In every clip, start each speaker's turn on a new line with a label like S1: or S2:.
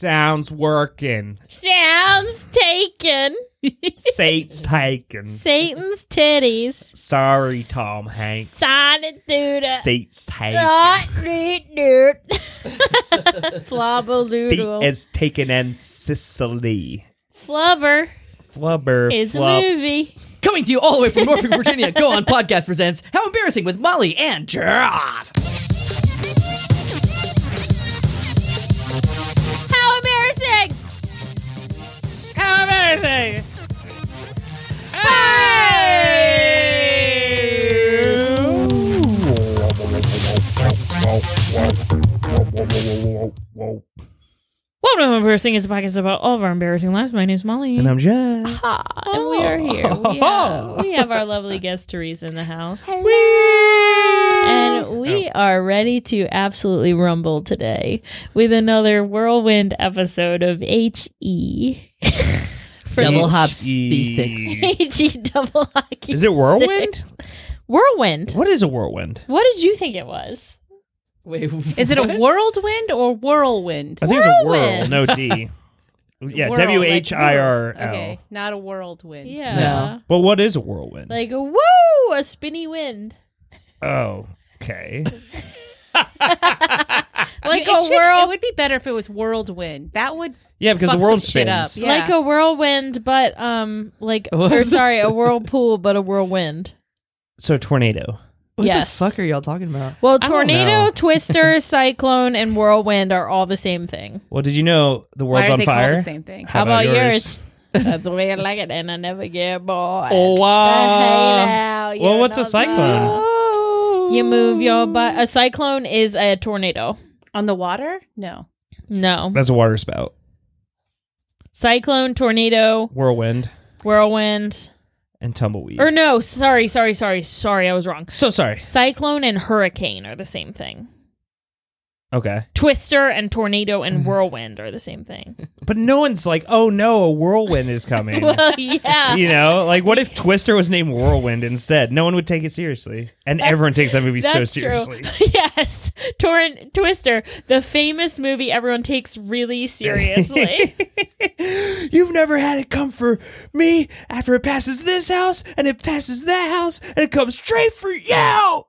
S1: Sounds working.
S2: Sounds taken.
S1: Sate's taken.
S2: Satan's titties.
S1: Sorry, Tom Hanks.
S2: Sonic Duda.
S3: Ah,
S1: Sate's taken.
S2: Sonic Dude. Flabberdoodle.
S1: Sate is taken in Sicily.
S2: Flubber.
S1: Flubber.
S2: It's a
S1: flubs.
S2: movie.
S4: Coming to you all the way from Norfolk, Virginia, Go On Podcast presents How Embarrassing with Molly and Jeff.
S2: How embarrassing!
S1: How embarrassing!
S2: Welcome to Embarrassing is a podcast about all of our embarrassing lives. My name's Molly.
S1: And I'm Jeff.
S2: Ah, and we are here.
S4: Oh,
S2: We have, we have our lovely guest Teresa in the house. And
S1: Oh.
S2: we are ready to absolutely rumble today with another whirlwind episode of E. HE. For
S4: Double
S2: the-
S4: hops these things.
S2: HE E double hockey.
S1: Is it whirlwind?
S2: sticks. Whirlwind.
S1: What is a whirlwind?
S2: What did you think it was?
S4: Wait,
S3: Is it a whirlwind or whirlwind?
S1: I think it's a whirl.
S2: Whirlwind.
S1: No D. Yeah,
S3: Whirl,
S1: W H I R
S3: like whirl.
S1: L.
S3: Okay, not a whirlwind.
S2: Yeah.
S4: No.
S1: But what is a whirlwind?
S2: Like a woo, a spinny wind.
S1: oh, okay.
S2: Like
S3: It
S2: a
S3: should- It
S2: whirl
S3: would be better if it was whirlwind. That would
S1: Yeah, because
S3: fuck
S1: the world
S3: some shit up.
S1: spins.
S3: Yeah.
S2: like a whirlwind, but um like or sorry, a whirlpool but a whirlwind.
S1: So tornado.
S4: what
S2: Yes.
S4: the fuck are y'all talking about?
S2: Well,
S1: don't
S2: tornado,
S1: know.
S2: twister, cyclone, and whirlwind are all the same thing.
S1: Well, did you know the
S3: why
S1: world's
S3: are
S1: on
S3: they
S1: fire?
S3: called the same thing?
S2: How about yours? That's the way I like it, and I never get bored.
S1: Oh, wow.
S2: The halo,
S1: Well,
S2: you
S1: what's a
S2: know
S1: cyclone?
S2: that.
S4: Oh,
S2: You move your butt. A cyclone is a tornado.
S3: On the water? No.
S2: No,
S1: That's a water spout.
S2: cyclone, tornado,
S1: Whirlwind
S2: whirlwind,
S1: and tumbleweed.
S2: or no? Sorry, sorry, sorry, sorry. I was wrong.
S1: so sorry.
S2: Cyclone and hurricane are the same thing.
S1: Okay.
S2: Twister and tornado and whirlwind are the same thing.
S1: But no one's like, oh no, a whirlwind is coming.
S2: well, yeah.
S1: you know, like what if Twister was named Whirlwind instead? No one would take it seriously. And everyone takes that movie so
S2: That's
S1: seriously.
S2: true. yes, Torrent Twister, the famous movie everyone takes really seriously.
S1: You've never had it come for me after it passes this house and it passes that house and it comes straight for you.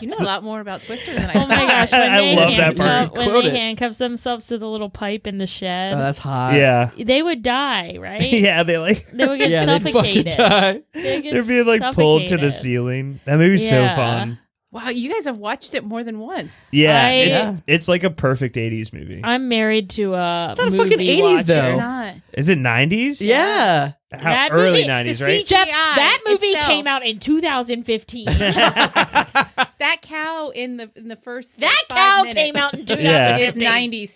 S3: You know a lot more about Twister than I
S2: oh my gosh! When
S1: I
S2: they
S1: love that part.
S2: handcuff- When
S4: Quote
S2: they
S4: it.
S2: handcuff themselves to the little pipe in the
S4: Oh,
S2: shed,
S4: that's hot.
S1: Yeah.
S2: they would die, right?
S1: Yeah, they like
S2: They would get
S4: yeah, they'd fucking
S2: suffocated.
S4: die.
S2: They'd get
S1: they're being like pulled to the
S2: suffocated.
S1: ceiling. That movie's
S2: Yeah.
S1: so fun.
S3: Wow, you guys have watched it more than once.
S1: Yeah,
S2: I-
S1: it's
S4: Yeah.
S1: it's like a perfect '80s movie.
S2: I'm married to a
S4: not a
S2: movie
S4: fucking 80s though.
S2: watcher.
S4: No.
S3: It's not.
S1: Is it '90s?
S4: Yeah.
S1: How,
S2: That
S1: early
S2: movie-
S1: '90s,
S3: the
S1: right?
S2: Jeff,
S3: CGI
S2: that movie
S3: itself.
S2: came out in 2015.
S3: That cow in the in the first like,
S2: that
S3: five
S2: cow
S3: minutes
S2: came out in
S1: Yeah.
S3: is
S2: 2015.
S3: 90s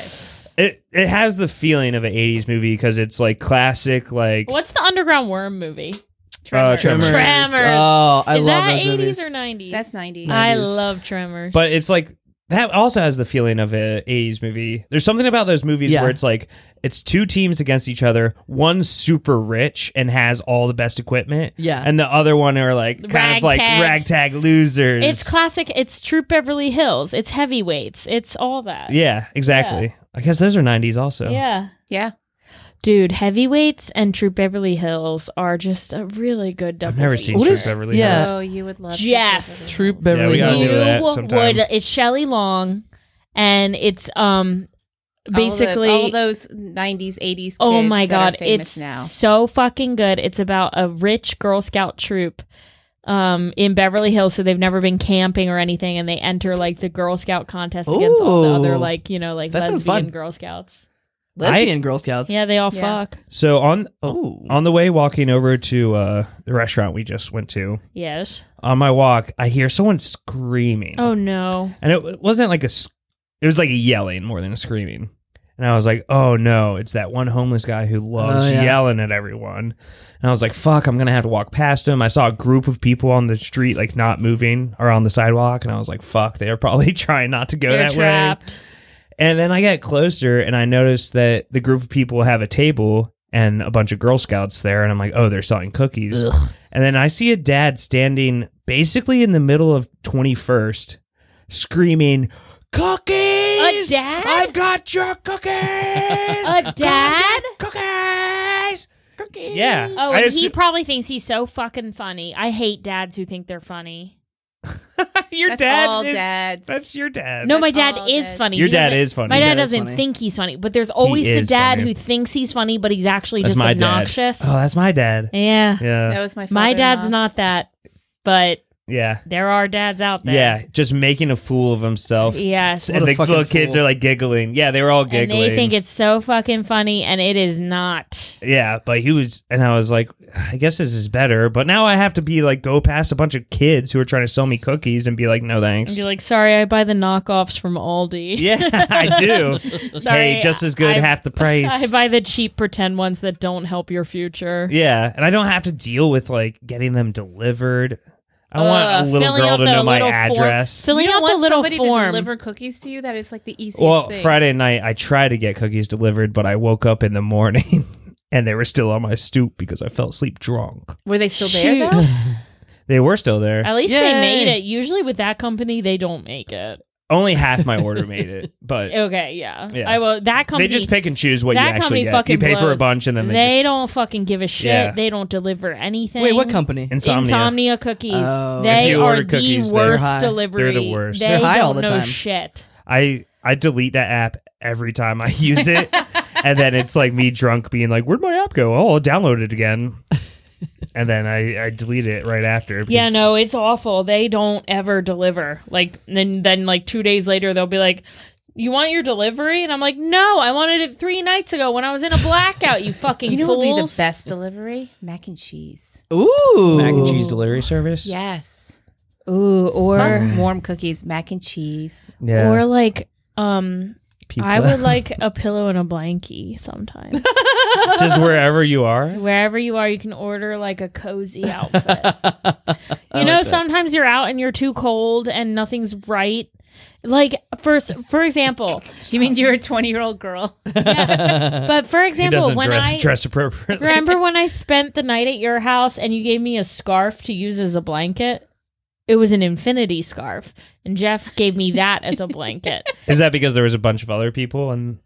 S3: CGI.
S1: It it has the feeling of an '80s movie because it's like classic, like
S2: What's the underground worm movie?
S1: Uh,
S3: Tremors.
S1: Tremors.
S2: Tremors.
S4: Oh, I
S2: Is
S4: love
S2: that
S4: those
S2: 80s
S4: movies.
S2: or 90s?
S3: That's
S1: Uh,
S3: 90s.
S2: I
S4: 90s.
S2: love Tremors.
S1: But it's like that also has the feeling of a 80s movie. There's something about those movies
S4: Yeah.
S1: where it's like it's two teams against each other. One's super rich and has all the best equipment.
S4: Yeah.
S1: And the other one are like kind of like
S2: Ragtag.
S1: ragtag losers.
S2: it's classic. It's True Beverly Hills. It's Heavyweights. It's all that.
S1: Yeah, exactly. I guess those are 90s also.
S2: Yeah.
S3: Yeah.
S2: Dude, Heavyweights and True Beverly Hills are just a really good double.
S1: I've never
S2: feature.
S1: seen True
S4: is-
S1: Beverly
S4: yeah.
S1: Hills.
S3: Oh, you would love
S2: Jeff.
S3: Tremors.
S4: Troop
S1: Yeah, we
S4: Beverly
S1: gotta do
S2: You
S4: Hills.
S1: that sometime.
S2: would. It's Shelley Long, and it's um basically
S3: all, the- all those 90s 80s kids
S2: Oh my
S3: that are
S2: god,
S3: famous
S2: it's
S3: now
S2: so fucking good. It's about a rich Girl Scout troop um in Beverly Hills so they've never been camping or anything and they enter like the Girl Scout contest against all the
S4: Ooh.
S2: other like, you know, like
S4: That sounds
S2: lesbian
S4: fun.
S2: Girl Scouts.
S4: Lesbian Girl Scouts.
S2: Yeah, they all
S3: Yeah.
S2: fuck.
S1: So on
S4: Oh.
S1: on the way walking over to uh, the restaurant we just went to,
S2: Yes.
S1: on my walk, I hear someone screaming.
S2: Oh no.
S1: and it wasn't like a s- it was like a yelling more than a screaming and i was like oh no it's that one homeless guy who loves
S4: Oh, yeah.
S1: yelling at everyone and i was like fuck i'm gonna have to walk past him i saw a group of people on the street like not moving or on the sidewalk and i was like fuck they're probably trying not to go
S2: They're
S1: that way
S2: trapped.
S1: and then i got closer and i noticed that the group of people have a table and a bunch of girl scouts there and i'm like oh they're selling cookies and then I see a dad standing basically in the middle of 21st screaming, Cookies! cookies.
S2: dad?
S1: I've got your cookies. a
S2: A dad?
S1: Cookies. Yeah.
S2: Oh,
S1: I
S2: and he
S1: assu-
S2: probably thinks he's so fucking funny. I hate dads who think they're funny.
S1: your
S3: That's
S1: dad
S3: all
S1: is-
S3: dads.
S1: That's your dad.
S2: No, my
S3: That's
S2: dad
S3: all
S2: is
S3: dad.
S2: funny.
S1: Oh, Your
S2: He
S1: dad
S2: doesn't-
S1: is funny.
S2: My
S1: Your
S2: dad
S1: dad
S4: is
S2: doesn't
S4: funny.
S2: think he's funny, but there's always the
S1: is
S2: dad
S1: funny.
S2: who thinks he's funny, but he's actually
S1: that's
S2: just
S1: my
S2: obnoxious.
S1: dad. Oh, that's my dad.
S2: yeah.
S1: Yeah.
S3: That was my.
S2: My
S3: father-in-law.
S2: dad's not that, but
S1: Yeah.
S2: there are dads out there.
S1: Yeah. Just making a fool of himself.
S2: Yes.
S1: And
S4: What a
S1: the
S4: fucking
S1: little kids
S4: fool.
S1: are like giggling. Yeah, they were all
S2: And
S1: giggling.
S2: they think it's so fucking funny, and it is not.
S1: yeah, but he was, and I was like, I guess this is better. But now I have to be like, go past a bunch of kids who are trying to sell me cookies and be like, no thanks.
S2: And you're like, sorry, I buy the knockoffs from Aldi.
S1: yeah, I do.
S2: Sorry,
S1: hey, just as good,
S2: I-
S1: half the price.
S2: I buy the cheap pretend ones that don't help your future.
S1: Yeah, and I don't have to deal with like getting them delivered. I want a
S2: Ugh,
S1: little
S2: filling
S1: girl
S2: out
S1: to
S2: the
S1: know my
S2: little form-
S1: address.
S2: filling
S3: You
S2: out
S3: don't
S2: the
S3: want
S2: little
S3: somebody
S2: form.
S3: to deliver cookies to you. That is like the easiest
S1: well,
S3: thing.
S1: Friday night I tried to get cookies delivered, but I woke up in the morning and they were still on my stoop because I fell asleep drunk.
S3: Were they still there
S2: Shoot.
S3: though?
S1: They were still there.
S2: At least
S4: Yay.
S2: they made it. Usually with that company, they don't make it.
S1: Only half my order made it, but
S2: Okay, yeah.
S1: Yeah.
S2: I will. That company.
S1: they just pick and choose what you
S2: that
S1: actually
S2: company
S1: get.
S2: fucking
S1: You pay for a
S2: blows.
S1: bunch and then they,
S2: they
S1: just,
S2: don't fucking give a shit.
S1: Yeah.
S2: They don't deliver anything.
S4: Wait, what company?
S1: insomnia.
S2: Insomnia cookies.
S4: Oh.
S1: If
S2: They
S1: you
S2: are
S1: order cookies,
S2: the
S1: they're
S2: worst
S4: high.
S2: delivery.
S1: They're the worst.
S2: They
S4: They're high
S2: don't
S4: all the
S2: know
S4: time.
S2: shit.
S1: I I delete that app every time I use it, and then it's like me drunk being like, "Where'd my app go? Oh, I'll download it again." And then I, I delete it right after.
S2: Yeah,
S1: because-
S2: no, it's awful. They don't ever deliver. Like then then like 2 days later they'll be like, "You want your delivery?" And I'm like, "No, I wanted it 3 nights ago when I was in a blackout, you fucking
S3: You know what
S2: fools."
S3: would be the best delivery? Mac and cheese.
S4: Ooh.
S1: mac and cheese delivery service.
S3: Yes.
S2: Ooh, or
S3: Warm, warm cookies, mac and cheese.
S1: yeah.
S2: or like um
S1: pizza.
S2: I would like a pillow and a blankie sometimes.
S1: just wherever you are.
S2: Wherever you are, you can order like a cozy outfit. you know, sometimes you're out and you're too cold and nothing's right. Like first, for example,
S3: You mean you're a 20 year old girl?
S2: but for
S1: He
S2: example,
S1: doesn't
S2: when
S1: dress,
S2: I
S1: dress appropriately.
S2: remember when I spent the night at your house and you gave me a scarf to use as a blanket. It was an infinity scarf, and Jeff gave me that as a blanket.
S1: Is that because there was a bunch of other people and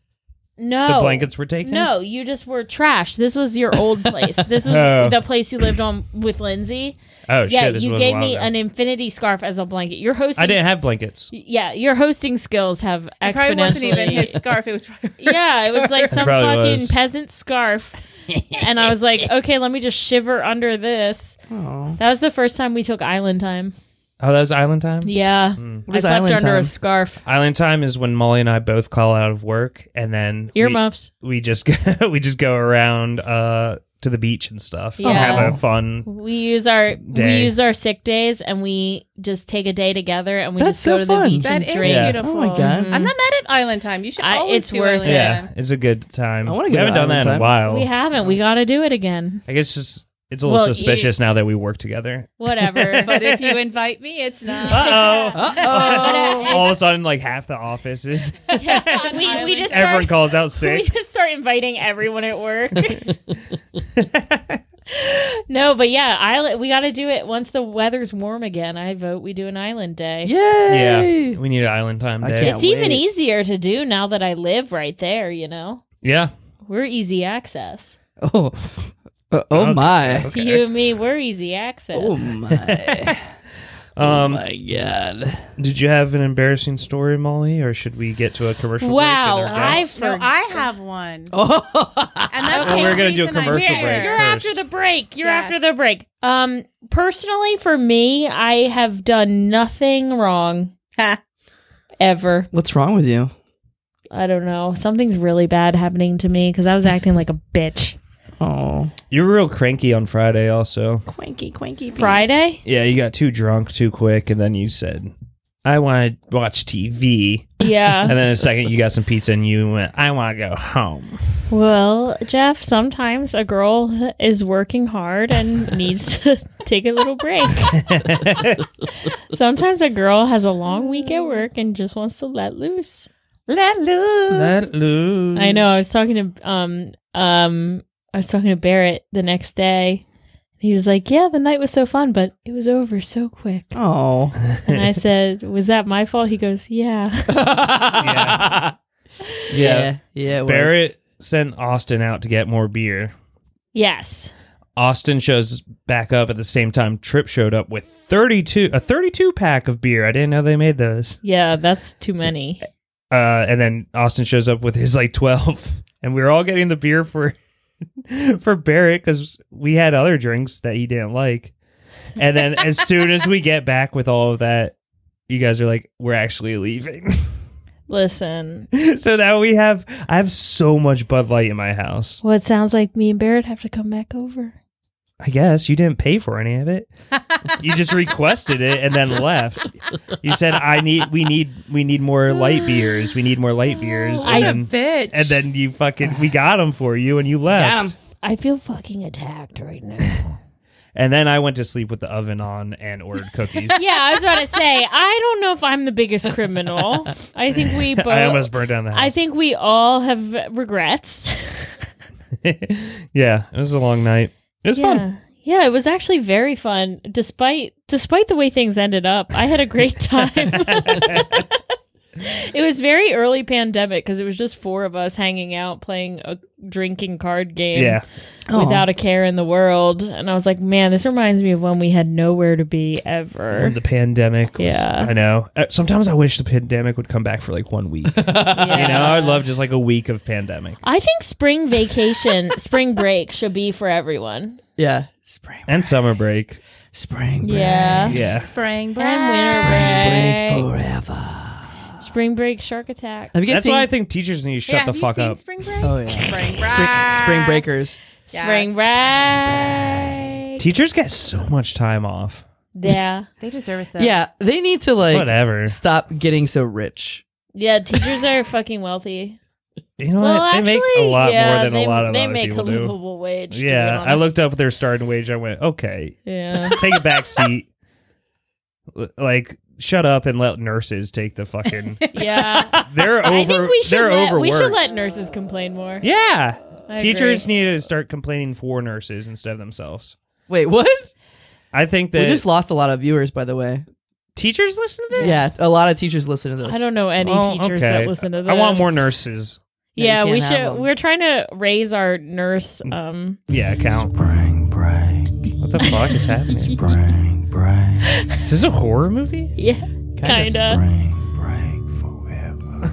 S2: No,
S1: the blankets were taken?
S2: No, you just were trash. This was your old place. This was
S1: Oh.
S2: the place you lived on with Lindsay.
S1: Oh
S2: yeah,
S1: shit! This
S2: you
S1: was a
S2: gave
S1: while
S2: me
S1: ago.
S2: an infinity scarf as a blanket. Your hosting,
S1: I didn't have blankets.
S2: Yeah, your hosting skills have
S3: It probably wasn't even
S2: exponentially.
S3: his scarf. It was probably her
S2: yeah, it was like some
S1: probably
S2: fucking
S1: was.
S2: peasant scarf, and I was like, okay, let me just shiver under this.
S4: Oh.
S2: That was the first time we took island time.
S1: Oh, that was Island Time.
S2: Yeah,
S1: Hmm.
S2: I
S4: is
S2: slept
S4: island
S2: under
S4: time?
S2: a scarf,
S1: Island Time is when Molly and I both call out of work, and then we-
S2: earmuffs.
S1: We, just go- we just go around uh, to the beach and stuff. and
S2: Yeah.
S1: have a fun.
S2: We use our
S1: Day.
S2: we use our sick days and we just take a day together and we
S4: That's
S2: just
S4: so
S2: go to the
S4: fun.
S2: beach
S3: That
S2: and
S3: is
S2: drink.
S1: Yeah.
S3: beautiful.
S4: Oh my God.
S3: I'm not mad at Island Time. You should
S2: I-
S3: always
S2: it's
S3: do
S2: worth
S1: Yeah.
S3: Island Time.
S1: it's a good time.
S4: I wanna
S1: We
S4: go to
S1: haven't done that
S4: Island
S1: in a
S4: Time.
S1: while.
S2: We haven't. We got to do it again.
S1: I guess it's it's a little
S2: Well, you-
S1: suspicious now that we work together.
S2: Whatever.
S3: But if you invite me, it's not.
S1: Uh
S2: But,
S1: oh! All of a sudden, like half the office is
S2: uh, we, we just
S1: everyone
S2: start,
S1: calls out sick.
S2: we just start inviting everyone at work. no, but yeah, island. We got to do it once the weather's warm again. I vote we do an island day.
S4: Yay.
S1: Yeah, we need an Island Time
S4: I
S1: day.
S4: can't-
S2: It's even
S4: wait.
S2: easier to do now that I live right there. You know,
S1: Yeah.
S2: we're easy access.
S4: Oh. Uh, oh
S1: Okay.
S4: my.
S1: Okay.
S2: You and me, we're easy access.
S4: Oh my. oh
S1: um,
S4: my god.
S1: did you have an embarrassing story, Molly, or should we get to a commercial? break
S2: Wow,
S1: and our
S2: I
S1: guests?
S3: No,
S2: for-
S3: I have one.
S4: Oh.
S3: And that's
S2: Well,
S3: the
S2: we're
S1: gonna do a
S3: reason I
S1: commercial
S3: care.
S1: break.
S2: You're
S1: first.
S2: after the break. You're
S3: Yes.
S2: after the break. Um, personally, for me, I have done nothing wrong
S3: Ha.
S2: ever.
S4: What's wrong with you?
S2: I don't know. Something's really bad happening to me because I was acting like a bitch.
S4: Oh.
S1: you were real cranky on Friday, also.
S4: Quanky, quanky.
S2: Friday?
S1: Yeah, you got too drunk too quick, and then you said, "I want to watch TV,"
S2: Yeah.
S1: and then a second you got some pizza, and you went, "I want to go home."
S2: well, Jeff, sometimes a girl is working hard and needs to take a little break. sometimes a girl has a long week at work and just wants to let loose.
S4: Let loose.
S1: Let loose.
S2: I know. I was talking to um um I was talking to Barrett the next day, He was like, "Yeah, the night was so fun, but it was over so quick."
S4: Oh.
S2: And I said, "Was that my fault?" He goes, "Yeah."
S4: yeah. Yeah. Yeah. it was.
S1: Barrett sent Austin out to get more beer.
S2: Yes.
S1: Austin shows back up at the same time Trip showed up with 32 a 32 pack of beer. I didn't know they made those.
S2: Yeah, that's too many.
S1: Uh, and then Austin shows up with his like 12 and we were all getting the beer for for Barrett cuz we had other drinks that he didn't like. And then as soon as we get back with all of that, you guys are like we're actually leaving.
S2: Listen,
S1: so now we have I have so much Bud Light in my house.
S2: well, it sounds like me and Barrett have to come back over.
S1: I guess you didn't pay for any of it. you just requested it and then left. You said I need we need we need more light beers. We need more light beers.
S2: I-
S1: And
S3: What a
S1: then
S3: bitch.
S1: and then you fucking we got them for you and you left.
S4: Got him.
S2: I feel fucking attacked right now.
S1: And then I went to sleep with the oven on and ordered cookies.
S2: yeah, I was about to say, I don't know if I'm the biggest criminal. I think we both.
S1: I almost burned down the house.
S2: I think we all have regrets.
S1: yeah, it was a long night. It was
S2: yeah.
S1: fun.
S2: Yeah, it was actually very fun. Despite despite the way things ended up, I had a great time. it was very early pandemic because it was just four of us hanging out playing a drinking card game
S1: Yeah.
S2: without a care in the world. And I was like, man, this reminds me of when we had nowhere to be ever.
S1: When the pandemic was,
S2: Yeah.
S1: I know. Uh, Sometimes I wish the pandemic would come back for like one week. You know,
S2: Yeah.
S1: I'd love just like a week of pandemic.
S2: I think spring vacation, spring break should be for everyone.
S4: Yeah. Spring.
S1: And summer break.
S4: Spring break.
S2: Yeah.
S1: Yeah.
S3: Spring break.
S2: And winter break.
S4: Spring break forever.
S2: Spring break shark attack.
S4: Have you guys
S1: That's
S4: seen
S1: why I think teachers need to shut
S3: yeah,
S1: the
S3: have
S1: fuck
S3: you seen
S1: up.
S3: Spring break.
S4: Oh, yeah.
S3: Spring break.
S4: Spring, spring breakers?
S3: Yeah,
S2: Spring break.
S1: Teachers get so much time off.
S2: Yeah.
S3: They deserve it though.
S4: Yeah, they need to like
S1: Whatever.
S4: stop getting so rich.
S2: Yeah, teachers are fucking wealthy.
S1: You know
S2: well,
S1: what?
S2: actually,
S1: they make a lot
S2: yeah,
S1: more than
S2: they,
S1: a lot of
S2: they
S1: other
S2: make
S1: people
S2: a
S1: do.
S2: livable wage. to be
S1: Yeah, I
S2: honest.
S1: looked up their starting wage. I went, okay,
S2: Yeah,
S1: take a back seat. L- like, shut up and let nurses take the fucking.
S2: yeah.
S1: They're over.
S2: I think we should
S1: they're
S2: let,
S1: overworked.
S2: we should let nurses complain more.
S1: yeah,
S2: I agree.
S1: teachers need to start complaining for nurses instead of themselves.
S4: Wait, what?
S1: I think
S4: We
S1: that
S4: just lost a lot of viewers, by the way.
S1: teachers listen to this.
S4: Yeah, a lot of teachers listen to this.
S2: I don't know any
S1: Oh,
S2: teachers
S1: okay.
S2: that listen to this.
S1: I want more nurses.
S4: No, you
S2: Yeah, we
S4: can't have
S2: should.
S4: them.
S2: We're trying to raise our nurse.
S1: Mm.
S2: Um,
S1: Yeah, count.
S5: Spring break,
S1: What the fuck is happening?
S5: spring break,
S1: Is this a horror movie?
S2: yeah, kind of.
S5: spring break forever.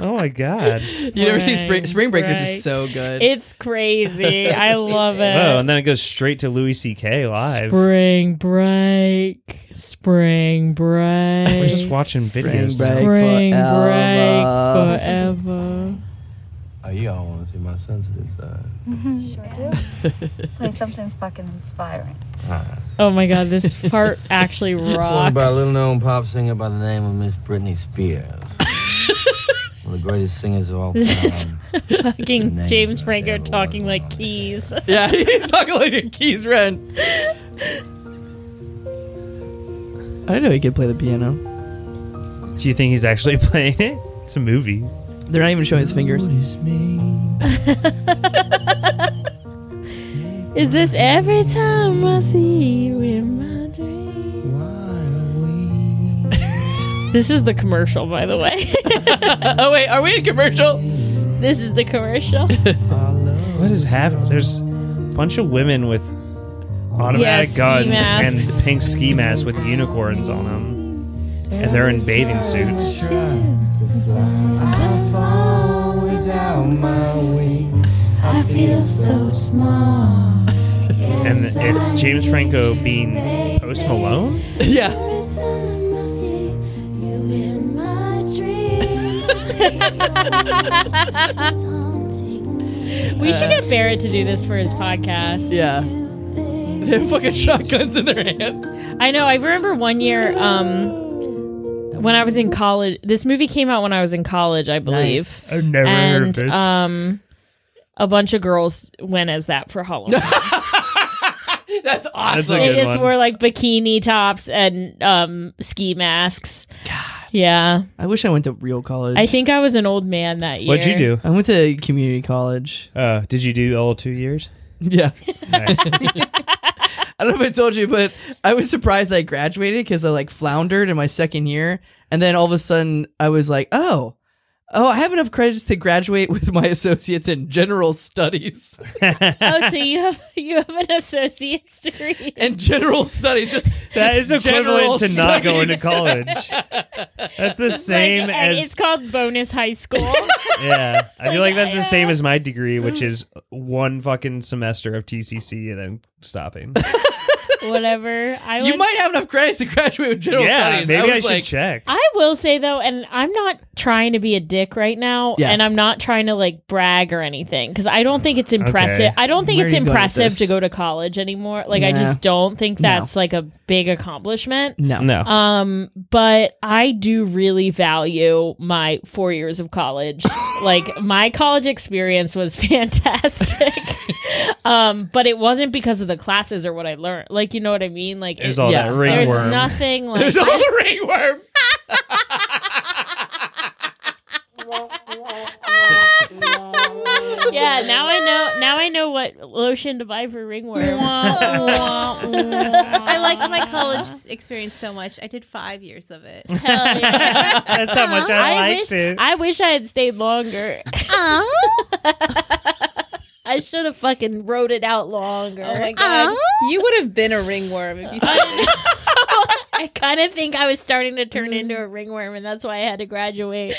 S1: Oh my god.
S4: You never seen Spring,
S2: Spring
S4: spring Breakers
S2: break.
S4: is so good.
S2: It's crazy. I love it.
S1: Whoa, and then it goes straight to Louis C.K. live.
S2: Spring break. Spring break.
S1: We're just watching
S4: Spring
S1: videos.
S4: break.
S2: Spring break
S4: forever.
S2: forever.
S5: Oh, you all want to see my sensitive side.
S6: Sure do. Play something fucking inspiring.
S2: Oh my god, this part actually
S5: Song by a
S2: rocks.
S5: little known pop singer by the name of Miss Britney Spears. One of the greatest singers of all
S2: This
S5: time.
S2: Fucking
S5: Name
S2: James
S5: of
S2: Franco
S5: that
S2: talking
S5: one.
S2: like keys.
S4: yeah, he's talking like a keys run. I didn't know he could play the piano.
S1: Do you think he's actually playing it? It's a movie.
S4: They're not even showing his fingers. Uh,
S5: Notice me.
S2: Is this every time I see you in my dream?
S5: Why are we?
S2: This is the commercial, by the way.
S4: Oh wait, are we in commercial?
S2: this is the commercial.
S1: What is happening? There's a bunch of women with automatic
S2: ski
S1: guns
S2: masks.
S1: and pink ski masks with unicorns on them. And they're in bathing suits.
S5: I fall without my wings. I feel so
S1: And it's James Franco being Post Malone?
S4: yeah.
S2: We should get Barrett to do this for his podcast.
S4: Yeah. They have fucking shotguns in their hands.
S2: I know. I remember one year um, when I was in college. This movie came out when I was in college, I believe.
S4: Nice.
S1: I've never heard of
S2: and
S1: this.
S2: um, a bunch of girls went as that for Halloween.
S4: That's awesome.
S1: That's a
S2: they
S1: good
S2: just
S1: one.
S2: wore like bikini tops and um, ski masks. Yeah,
S4: I wish I went to real college.
S2: I think I was an old man that year.
S1: What'd you do?
S4: I went to community college.
S1: Uh, did you do all two years?
S4: Yeah.
S1: Nice.
S4: I don't know if I told you, but I was surprised I graduated because I like floundered in my second year. And then all of a sudden I was like, oh, oh, I have enough credits to graduate with my associates in general studies.
S2: oh, so you have you have an associate's degree.
S4: And general studies, just
S1: That is
S4: general
S1: equivalent to not going to
S4: studies.
S1: college. That's the same
S2: Like, and it's
S1: as
S2: called bonus high school.
S1: yeah. I feel like
S2: like,
S1: that's the
S2: yeah.
S1: same as my degree, which is one fucking semester of TCC and then stopping.
S2: Whatever. I
S4: you
S2: would-
S4: might have enough credits to graduate with general
S1: yeah,
S4: studies.
S1: maybe I,
S4: was
S1: should
S4: like,
S1: check.
S2: I will say though, and I'm not trying to be a dick right now,
S4: Yeah.
S2: and I'm not trying to like brag or anything because I don't think it's impressive.
S1: Okay.
S2: I don't think
S4: Where
S2: it's
S4: are you going with
S2: impressive to
S4: this?
S2: go to college anymore. Like I
S4: Nah.
S2: just don't think
S4: No.
S2: that's like a big accomplishment.
S4: no.
S1: No.
S2: Um, but I do really value my four years of college. like my college experience was fantastic. um, but it wasn't because of the classes or what I learned. Like you know what I mean? Like
S1: There's
S2: it-
S1: all
S4: yeah,
S1: that
S2: there's
S1: ringworm.
S2: nothing like
S4: There's a little ringworm.
S2: Yeah, now I know. Now I know what lotion to buy for ringworm.
S3: I liked my college experience so much. I did five years of it.
S2: Hell yeah.
S1: that's how much I, liked
S2: wish,
S1: it.
S2: I wish I had stayed longer. I should have fucking wrote it out longer.
S3: Oh my god, you would have been a ringworm if you. Started.
S2: I kind of think I was starting to turn into a ringworm, and that's why I had to graduate.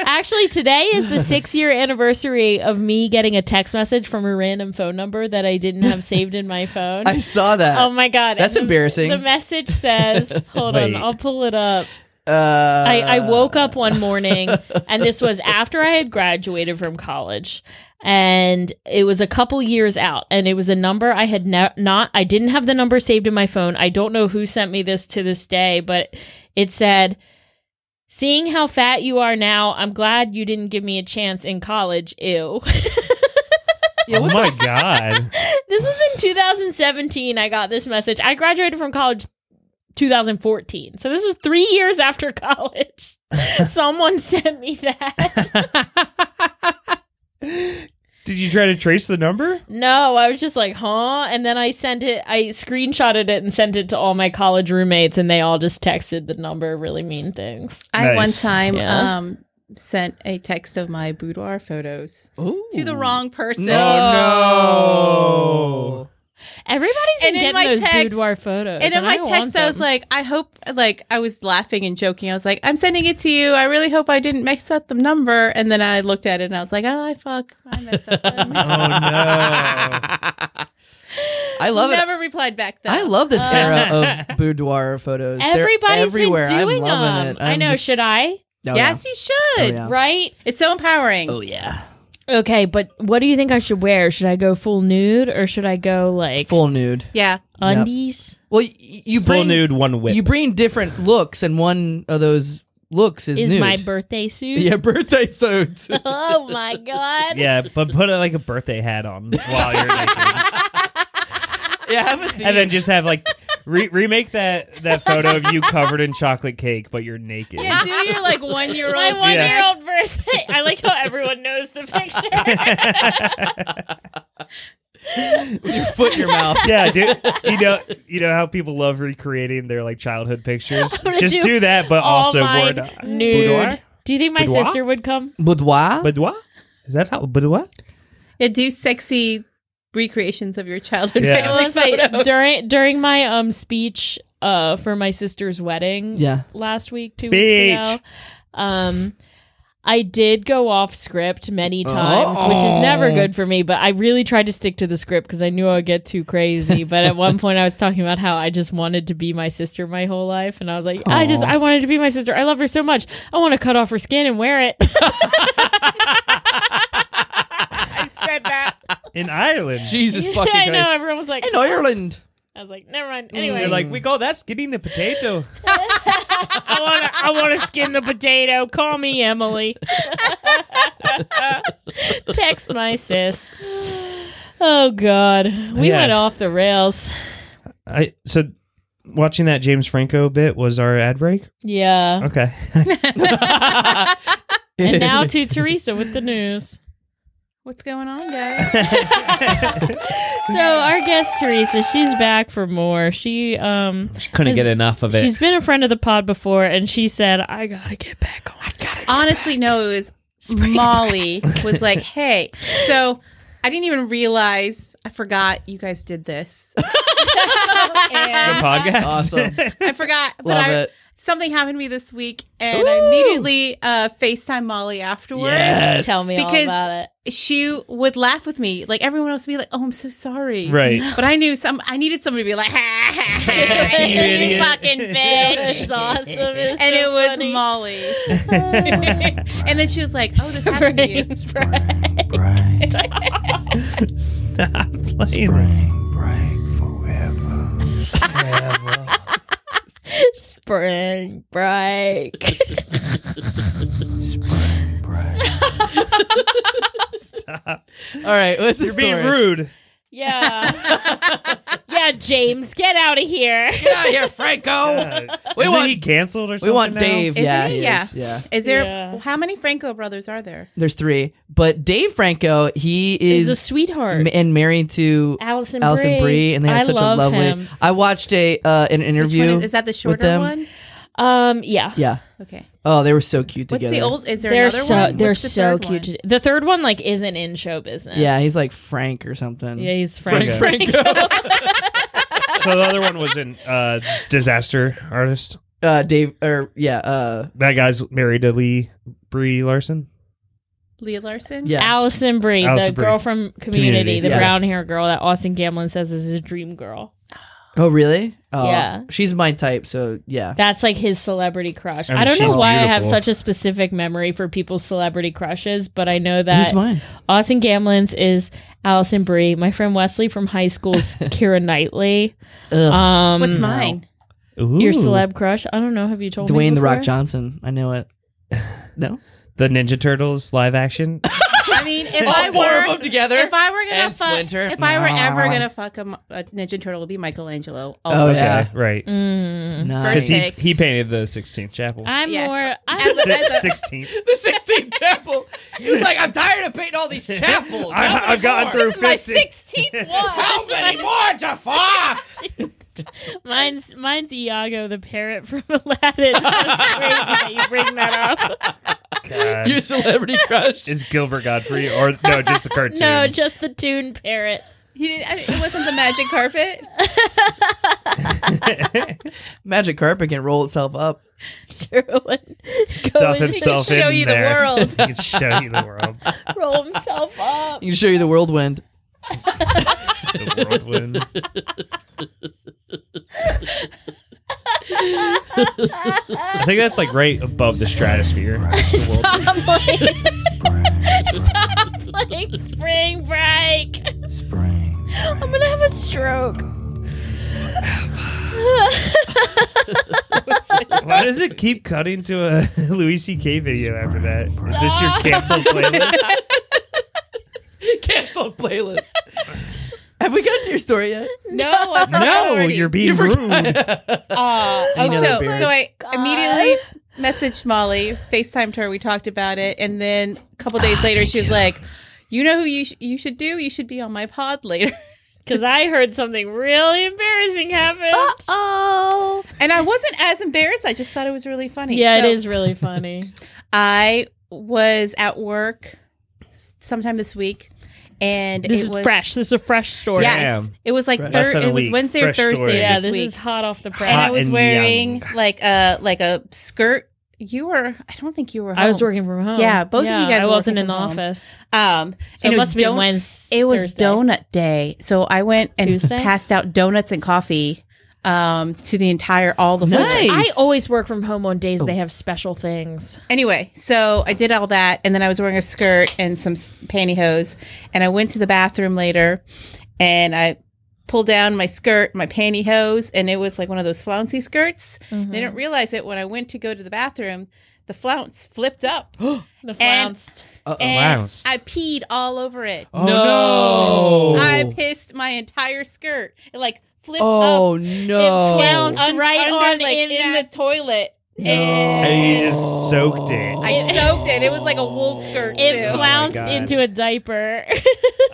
S2: Actually, today is the six year anniversary of me getting a text message from a random phone number that I didn't have saved in my phone.
S4: I saw that.
S2: oh my god,
S4: That's
S2: The-
S4: embarrassing.
S2: The message says, "Hold
S1: Wait.
S2: on, I'll pull it up."
S4: uh,
S2: I, I woke up one morning, and this was after I had graduated from college, and it was a couple years out, and it was a number I had ne- not, I didn't have the number saved in my phone. I don't know who sent me this to this day, but it said, "Seeing how fat you are now, I'm glad you didn't give me a chance in college." Ew.
S1: oh my god.
S2: this was in 2017. I got this message. I graduated from college 2014, so this was three years after college. Someone sent me that.
S1: Did you try to trace the number?
S2: No, I was just like, huh? And then I sent it, I screenshotted it and sent it to all my college roommates, and they all just texted the number really mean things.
S3: I one
S1: Nice.
S3: time
S2: Yeah.
S3: um sent a text of my boudoir photos
S4: Ooh.
S3: to the wrong person.
S1: Oh,
S4: No.
S2: Everybody's been
S3: And in
S2: getting
S3: my
S2: those
S3: text-
S2: boudoir photos.
S3: And in my
S2: don't
S3: text,
S2: want
S3: I was
S2: them.
S3: like, I hope, like, I was laughing and joking. I was like, I'm sending it to you. I really hope I didn't mess up the number. And then I looked at it and I was like, oh, I fuck. I messed up. I
S1: Oh no.
S4: I love it.
S3: never replied back though.
S4: I love this era of boudoir photos. They're
S2: everybody's
S4: everywhere.
S2: been doing
S4: I'm loving
S2: them.
S4: it.
S2: I know. Should I?
S3: Yes, you should.
S4: Oh, yeah.
S2: Right?
S3: It's so empowering.
S4: Oh yeah.
S2: Okay, but what do you think I should wear? Should I go full nude or should I go like
S4: Full nude.
S3: Yeah.
S2: undies?
S4: Well, y- you bring
S1: Full nude, one whip.
S4: You bring different looks, and one of those looks is,
S2: Is
S4: nude.
S2: my birthday suit?
S4: yeah birthday suit.
S2: Oh my god.
S1: yeah, but put a, like a birthday hat on while you're naked,
S4: yeah, have a theme.
S1: and then just have like re- remake that that photo of you covered in chocolate cake, but you're naked.
S3: Yeah, do your like one year
S2: My
S3: old.
S2: one year old birthday. I like how everyone knows the picture.
S4: with your foot in your mouth.
S1: yeah, dude. You know, you know how people love recreating their like childhood pictures.
S2: gonna
S1: Just
S2: do
S1: do, that, but
S2: all
S1: also
S2: mine
S1: board
S2: nude.
S1: boudoir.
S2: Do you think my
S1: Boudoir?
S2: sister would come?
S4: Boudoir.
S1: Boudoir? Is that how boudoir?
S3: Yeah, do sexy recreations of your childhood
S1: Yeah.
S2: I
S3: family
S2: will say,
S3: photos.
S2: during during my um speech uh for my sister's wedding
S4: yeah.
S2: last week, two
S1: Speech.
S2: weeks ago, um. I did go off script many times, which is never good for me, but I really tried to stick to the script because I knew I would get too crazy. But at one point, I was talking about how I just wanted to be my sister my whole life. And I was like, I just, I wanted to be my sister. I love her so much. I want to cut off her skin and wear it. I said that.
S1: In Ireland.
S4: Jesus fucking
S2: I
S4: Christ.
S2: know. Everyone was like,
S4: In Ireland.
S2: I was like, never mind.
S1: They're
S2: Anyway,
S1: like, we call that skinning the potato.
S2: I want to, I want to skin the potato. Call me Emily. Text my sis. Oh God, we
S1: Yeah.
S2: went off the rails.
S1: I so watching that James Franco bit was our ad break.
S2: Yeah,
S1: Okay.
S2: and now to Teresa with the news.
S3: What's going on, guys?
S2: So our guest Teresa, she's back for more. She um
S7: She couldn't
S2: Is-
S7: get enough of it.
S2: she's been a friend of the pod before and she said, I gotta get back on. I gotta
S3: Honestly, no, it was Molly was like, "Hey," so I didn't even realize. I forgot you guys did this.
S1: The
S3: And
S1: podcast.
S4: Awesome.
S3: I forgot. But
S4: Love
S3: I,
S4: it.
S3: Something happened to me this week, and I immediately uh, Facetime Molly afterwards.
S4: Yes.
S2: tell me all
S3: Because-
S2: about it.
S3: She would laugh with me, like everyone else would be like, "Oh, I'm so sorry,"
S1: Right.
S3: But I knew some. I needed somebody to be like, "Ha ha ha, you,
S1: idiot."
S3: fucking bitch."
S2: It's awesome. It's
S3: and
S2: so
S3: it was
S2: funny.
S3: Molly. and then she was like, "Oh, this happened to you."
S2: Spring break.
S5: Break,
S1: Stop playing this.
S5: break,
S2: Spring
S5: break forever. Forever.
S2: break.
S5: Spring break.
S1: Stop.
S4: All right, what's the
S1: You're being
S4: story?
S1: rude.
S2: Yeah. yeah, James, get out of here.
S4: Get out of here, Franco.
S1: Uh,
S4: We
S1: isn't
S4: want-
S1: he canceled or something?
S4: we want
S1: now?
S4: Dave.
S3: Isn't
S4: yeah,
S3: he?
S4: he
S3: Yeah.
S4: is, yeah.
S3: Is there
S2: Yeah.
S3: how many Franco brothers are there?
S4: There's three, but Dave Franco, he
S2: He's
S4: is
S2: a sweetheart.
S4: m- and married to
S2: Allison,
S4: Alison Brie, and they have
S2: I
S4: such a
S2: love
S4: lovely.
S2: him.
S4: I watched a uh, an
S3: Which
S4: interview.
S3: one is, is that the shorter
S4: them.
S3: one?
S2: Um, yeah.
S4: yeah.
S3: Okay.
S4: Oh, they were so cute
S3: What's
S4: together.
S3: the old? Is there
S2: They're
S3: another
S2: so
S3: one?
S2: they're
S3: What's the
S2: so
S3: third
S2: cute.
S3: one?
S2: to- The third one like isn't in show business.
S4: Yeah, he's like Frank or something.
S2: yeah, he's Frank.
S1: Franco. So the other one was in uh, Disaster Artist.
S4: Uh, Dave or yeah. Uh,
S1: That guy's married to Lee Brie Larson.
S3: Leah Larson.
S4: yeah.
S2: Allison Brie,
S1: Allison
S2: the
S1: Brie.
S2: girl from Community,
S1: Community,
S2: the
S4: yeah.
S2: brown hair girl that Austin Gamblin says is his dream girl.
S4: oh, really? Oh,
S2: Yeah.
S4: She's my type, so yeah.
S2: That's like his celebrity crush. I,
S1: I mean,
S2: don't know
S1: she's
S2: why I have
S1: beautiful.
S2: such a specific memory for people's celebrity crushes, but I know
S4: Who's
S2: that
S4: mine?
S2: Austin Gamlin's is Allison Brie. My friend Wesley from high school's Kira Knightley.
S4: Ugh.
S2: Um,
S4: Mm,
S3: What's mine?
S1: Ooh.
S2: Your celeb crush? I don't know. Have you told me
S4: Dwayne the Rock
S2: before?
S4: Johnson. I know it. No.
S1: The Ninja Turtles live action.
S3: I mean, if I were
S4: together.
S3: if I were gonna
S4: and
S3: fuck,
S4: Splinter.
S3: if I were ever gonna fuck a, mo- a Ninja Turtle, it would be Michelangelo.
S4: Oh,
S1: Okay,
S4: yeah.
S1: right.
S2: Mm.
S1: Because
S4: Nice.
S1: he,
S3: Six.
S1: he painted the 16th chapel.
S2: I'm
S3: Yes.
S2: more.
S3: As
S2: I,
S3: a- as a-
S1: 16th.
S4: the 16th chapel. He was like, I'm tired of painting all these chapels.
S1: I, I've gotten through 15.
S3: sixteenth one.
S4: How many more, Jafar?
S2: mine's mine's Iago the parrot from Aladdin. That's crazy that you bring that up.
S1: God.
S4: Your celebrity crush.
S1: Uh, Is Gilbert Godfrey or no? Just the cartoon.
S2: No, just the tune parrot.
S3: He didn't, I- it wasn't the magic carpet.
S4: Magic carpet can roll itself up.
S2: Derwin
S1: stuff himself
S3: show
S1: in
S3: you the
S1: there.
S3: world.
S1: He could show you the world.
S2: roll himself up.
S4: He can show you the whirlwind.
S1: The whirlwind. I think that's like right above the stratosphere.
S2: Stop playing,
S5: Spring,
S2: stop playing spring break.
S5: spring.
S2: I'm gonna have a stroke.
S1: Why does it keep cutting to a Louis C.K. video after that? Is this your canceled playlist?
S4: Canceled playlist. Have we gotten to your story yet?
S3: No, I forgot
S1: No,
S3: already.
S1: you're being rude. Uh,
S3: Aw. Oh,
S4: Another
S3: so,
S4: beard.
S3: so I immediately messaged Molly, FaceTimed her, we talked about it, and then a couple
S1: Ah,
S3: days later, she was like, "You know who you sh- you should do? You should be on my pod later."
S2: Because I heard something really embarrassing happen.
S3: Ah! Oh, and I wasn't as embarrassed. I just thought it was really funny.
S2: Yeah, it
S3: So
S2: is really funny.
S3: I was at work sometime this week, and
S2: This
S3: it
S2: is
S3: was
S2: fresh. This is a fresh story.
S3: Yes,
S1: Damn.
S3: it was like
S4: Fresh.
S1: Less
S3: thir-
S1: than a
S3: it was
S1: week.
S3: Wednesday
S1: Fresh
S3: or Thursday.
S1: story.
S2: Yeah,
S3: this,
S2: this
S3: week.
S2: is hot off the press.
S3: and I
S1: Hot
S3: was
S1: and
S3: wearing
S1: young.
S3: like a like a skirt. You were I don't think you were. Home.
S2: I was working from home.
S3: Yeah, both of you guys
S2: I
S3: were
S2: wasn't
S3: working
S2: in the
S3: from home.
S2: office.
S3: Um,
S2: So
S3: and
S2: it
S3: was
S2: must have been
S3: don-
S2: Wednesday.
S3: It was donut day, so I went and
S2: Tuesday?
S3: passed out donuts and coffee um, to the entire all the
S4: Nice.
S3: folks.
S2: I always work from home on days
S3: Oh.
S2: they have special things.
S3: Anyway, so I did all that, and then I was wearing a skirt and some s- pantyhose, and I went to the bathroom later, and I pulled down my skirt, my pantyhose, and it was like one of those flouncy skirts.
S2: Mm-hmm.
S3: And I didn't realize it when I went to go to the bathroom. The flounce flipped up,
S2: The flounced.
S3: flounced. and
S1: flounce.
S3: I peed all over it.
S1: Oh,
S4: No.
S3: I pissed my entire skirt. It like flipped
S4: Oh
S3: up
S4: no!
S2: It flounced right on
S3: like
S2: in
S3: in,
S2: that-
S3: the toilet.
S1: and he just Oh. soaked it.
S3: I soaked it. It was like a wool skirt
S2: It
S3: too.
S2: flounced
S1: Oh God.
S2: into a diaper.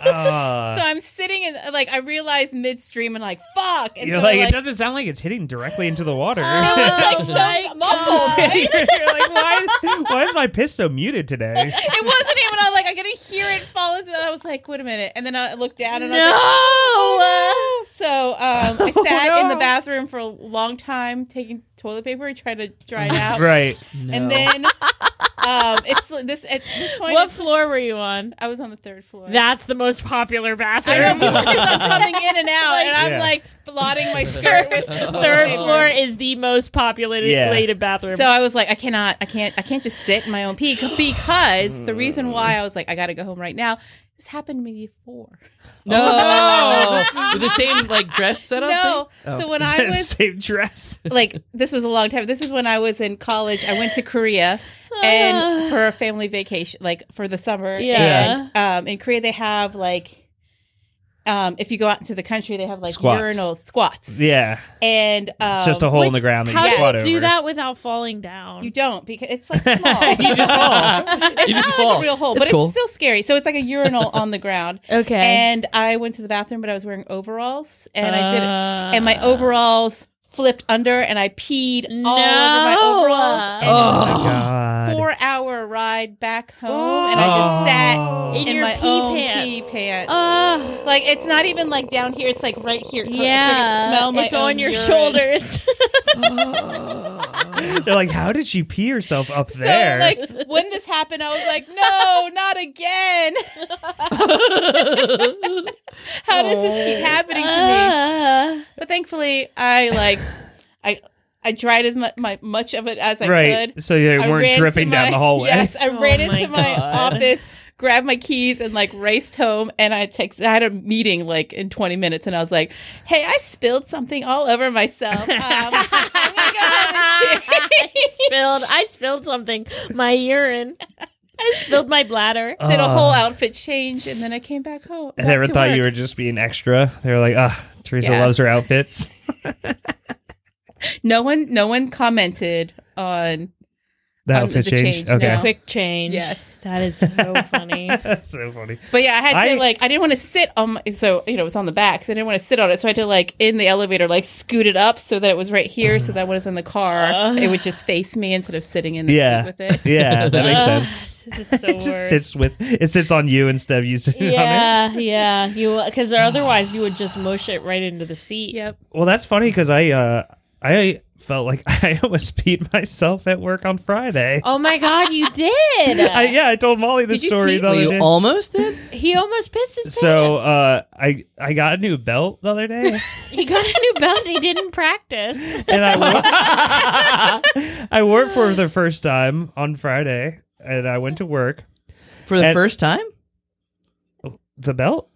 S1: Ah.
S3: so I'm sitting in like I realized midstream and like fuck. And
S1: You're
S3: so
S1: like,
S3: like
S1: it doesn't sound like it's hitting directly into the water.
S2: Oh,
S3: It was like
S2: Oh
S3: so
S2: my
S3: muffled.
S1: You're
S3: right?
S1: like, why, why is my piss so muted today?
S3: It wasn't even. I like I couldn't hear it fall into. I was like, wait a minute. And then I looked down and I was
S2: no.
S3: like. So um, I
S1: Oh,
S3: sat in the
S4: no.
S3: bathroom for a long time taking toilet paper and trying to dry it out.
S1: Right.
S3: And then um, it's this at this point.
S2: What
S3: it's-
S2: floor were you on?
S3: I was on the third floor.
S2: That's the most popular
S3: I know
S2: bathroom.
S3: because I'm coming in and out, and I'm
S1: Yeah.
S3: like blotting my skirt with toilet
S2: Third
S3: paper.
S2: floor is the most populated
S1: Yeah.
S2: bathroom.
S3: So I was like, I cannot, I can't, I can't just sit in my own pee because the reason why I was like, I got to go home right now. This happened to me before.
S4: No, with the same like dress setup.
S3: No,
S4: thing?
S3: so when I was
S1: Same dress.
S3: like, this was a long time. This is when I was in college. I went to Korea and for a family vacation, like for the summer.
S2: Ah. Yeah.
S3: And, um, in Korea, they have like, um, if you go out into the country, they have like
S1: Squats.
S3: urinal squats.
S1: Yeah.
S3: And um,
S1: It's just a hole in the ground that
S2: How
S1: you
S2: do you
S1: squat over.
S2: do that without falling down?
S3: You don't because it's like small. you just It's
S4: You
S3: not
S4: just
S3: like
S4: fall.
S3: a real hole,
S4: It's
S3: but
S4: cool.
S3: it's still scary. So it's like a urinal on the ground.
S2: okay.
S3: And I went to the bathroom, but I was wearing overalls, and I did it.
S2: Uh,
S3: And my overalls flipped under, and I peed all over my
S2: No.
S3: overalls. And
S4: Oh.
S3: it was
S1: God.
S3: a four-hour ride back home, and I
S1: Oh.
S3: just sat
S2: In
S3: in,
S2: your
S3: my
S2: pee
S3: own
S2: pants.
S3: pee pants.
S2: Uh,
S3: like it's not even like down here; it's like right here. so I
S2: yeah,
S3: can smell my
S2: it's
S3: own
S2: on your
S3: urine.
S2: shoulders.
S1: They're like, how did she pee herself up
S3: So
S1: there?
S3: like when this happened, I was like, "No, not again! How does this keep happening to me?"
S2: Uh,
S3: But thankfully, I like, I I dried as much my, much of it as I
S1: right.
S3: could.
S1: So they
S3: I
S1: weren't
S3: ran to
S1: dripping
S3: my-
S1: down the hallway.
S3: Yes, I
S2: Oh
S3: ran into
S2: my
S3: my
S2: God.
S3: office, grabbed my keys, and like raced home. And I texted. I had a meeting like in twenty minutes, and I was like, "Hey, I spilled something all over myself. Um, I'm gonna go home and change."
S2: spilled. I spilled something. My urine. I spilled my bladder.
S3: Did a
S1: Uh,
S3: whole outfit change, and then I came back home.
S1: I
S3: back
S1: never
S3: to
S1: thought
S3: work.
S1: you were just being extra. They were like, ah, Teresa
S3: Yeah.
S1: loves her outfits.
S3: No one, no one commented on.
S1: The
S3: Um,
S1: outfit
S3: the
S1: change.
S3: change,
S1: Okay.
S3: no.
S2: Quick change.
S3: Yes.
S2: that is so funny.
S1: That's so funny.
S3: But yeah, I had to
S1: I-
S3: like. I didn't want to sit on. My, so you know, it was on the back. So I didn't want to sit on it. So I had to like in the elevator, like scoot it up so that it was right here. So that when I was in the car,
S2: Ugh.
S3: it would just face me instead of sitting in the
S1: Yeah.
S3: seat with it.
S1: Yeah, that makes
S2: Uh,
S1: sense.
S2: This is so
S1: It just sits with it sits on you instead of you sitting on it.
S2: Yeah, yeah. You because otherwise you would just mush it right into the seat.
S3: Yep.
S1: Well, that's funny because I uh, I felt like I almost beat myself at work on Friday.
S2: Oh my god, you did.
S1: I, yeah, I told Molly the
S3: Did you
S1: story
S3: sneeze?
S1: the
S4: So
S1: other
S4: you
S1: day.
S4: almost did.
S2: He almost pissed his
S1: so
S2: pants.
S1: uh, I I got a new belt the other day,
S2: he got a new belt. He didn't practice.
S1: and I wore, I wore it for the first time on Friday, and I went to work.
S4: For the
S1: And-
S4: first time?
S1: The belt,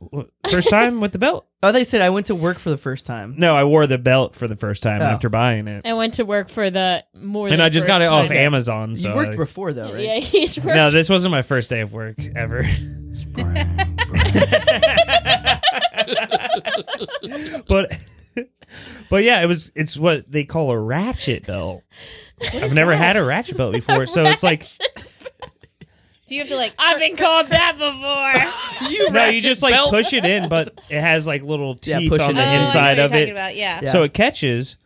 S1: first time with the belt.
S4: Oh, they said I went to work for the first time.
S1: No, I wore the belt for the first time
S4: Oh.
S1: after buying it,
S2: I went to work for the more.
S1: and
S2: than
S1: I just
S2: first
S1: got it off
S2: time.
S1: Amazon. So
S4: you worked
S1: I-
S4: before though, right?
S2: Yeah, he's working.
S1: no, this wasn't my first day of work ever. but but yeah, it was it's what they call a ratchet belt. I've never had a ratchet belt before, so it's like
S3: Do you have to like?
S2: I've been called that before.
S4: You
S1: no, you just like
S4: belt.
S1: push it in, but it has like little
S4: Yeah,
S1: teeth
S4: push
S1: on
S4: it
S1: the
S4: in. Oh, I know
S1: inside
S3: what
S1: of
S3: you're
S1: it,
S3: talking About. Yeah.
S4: Yeah.
S1: so it catches.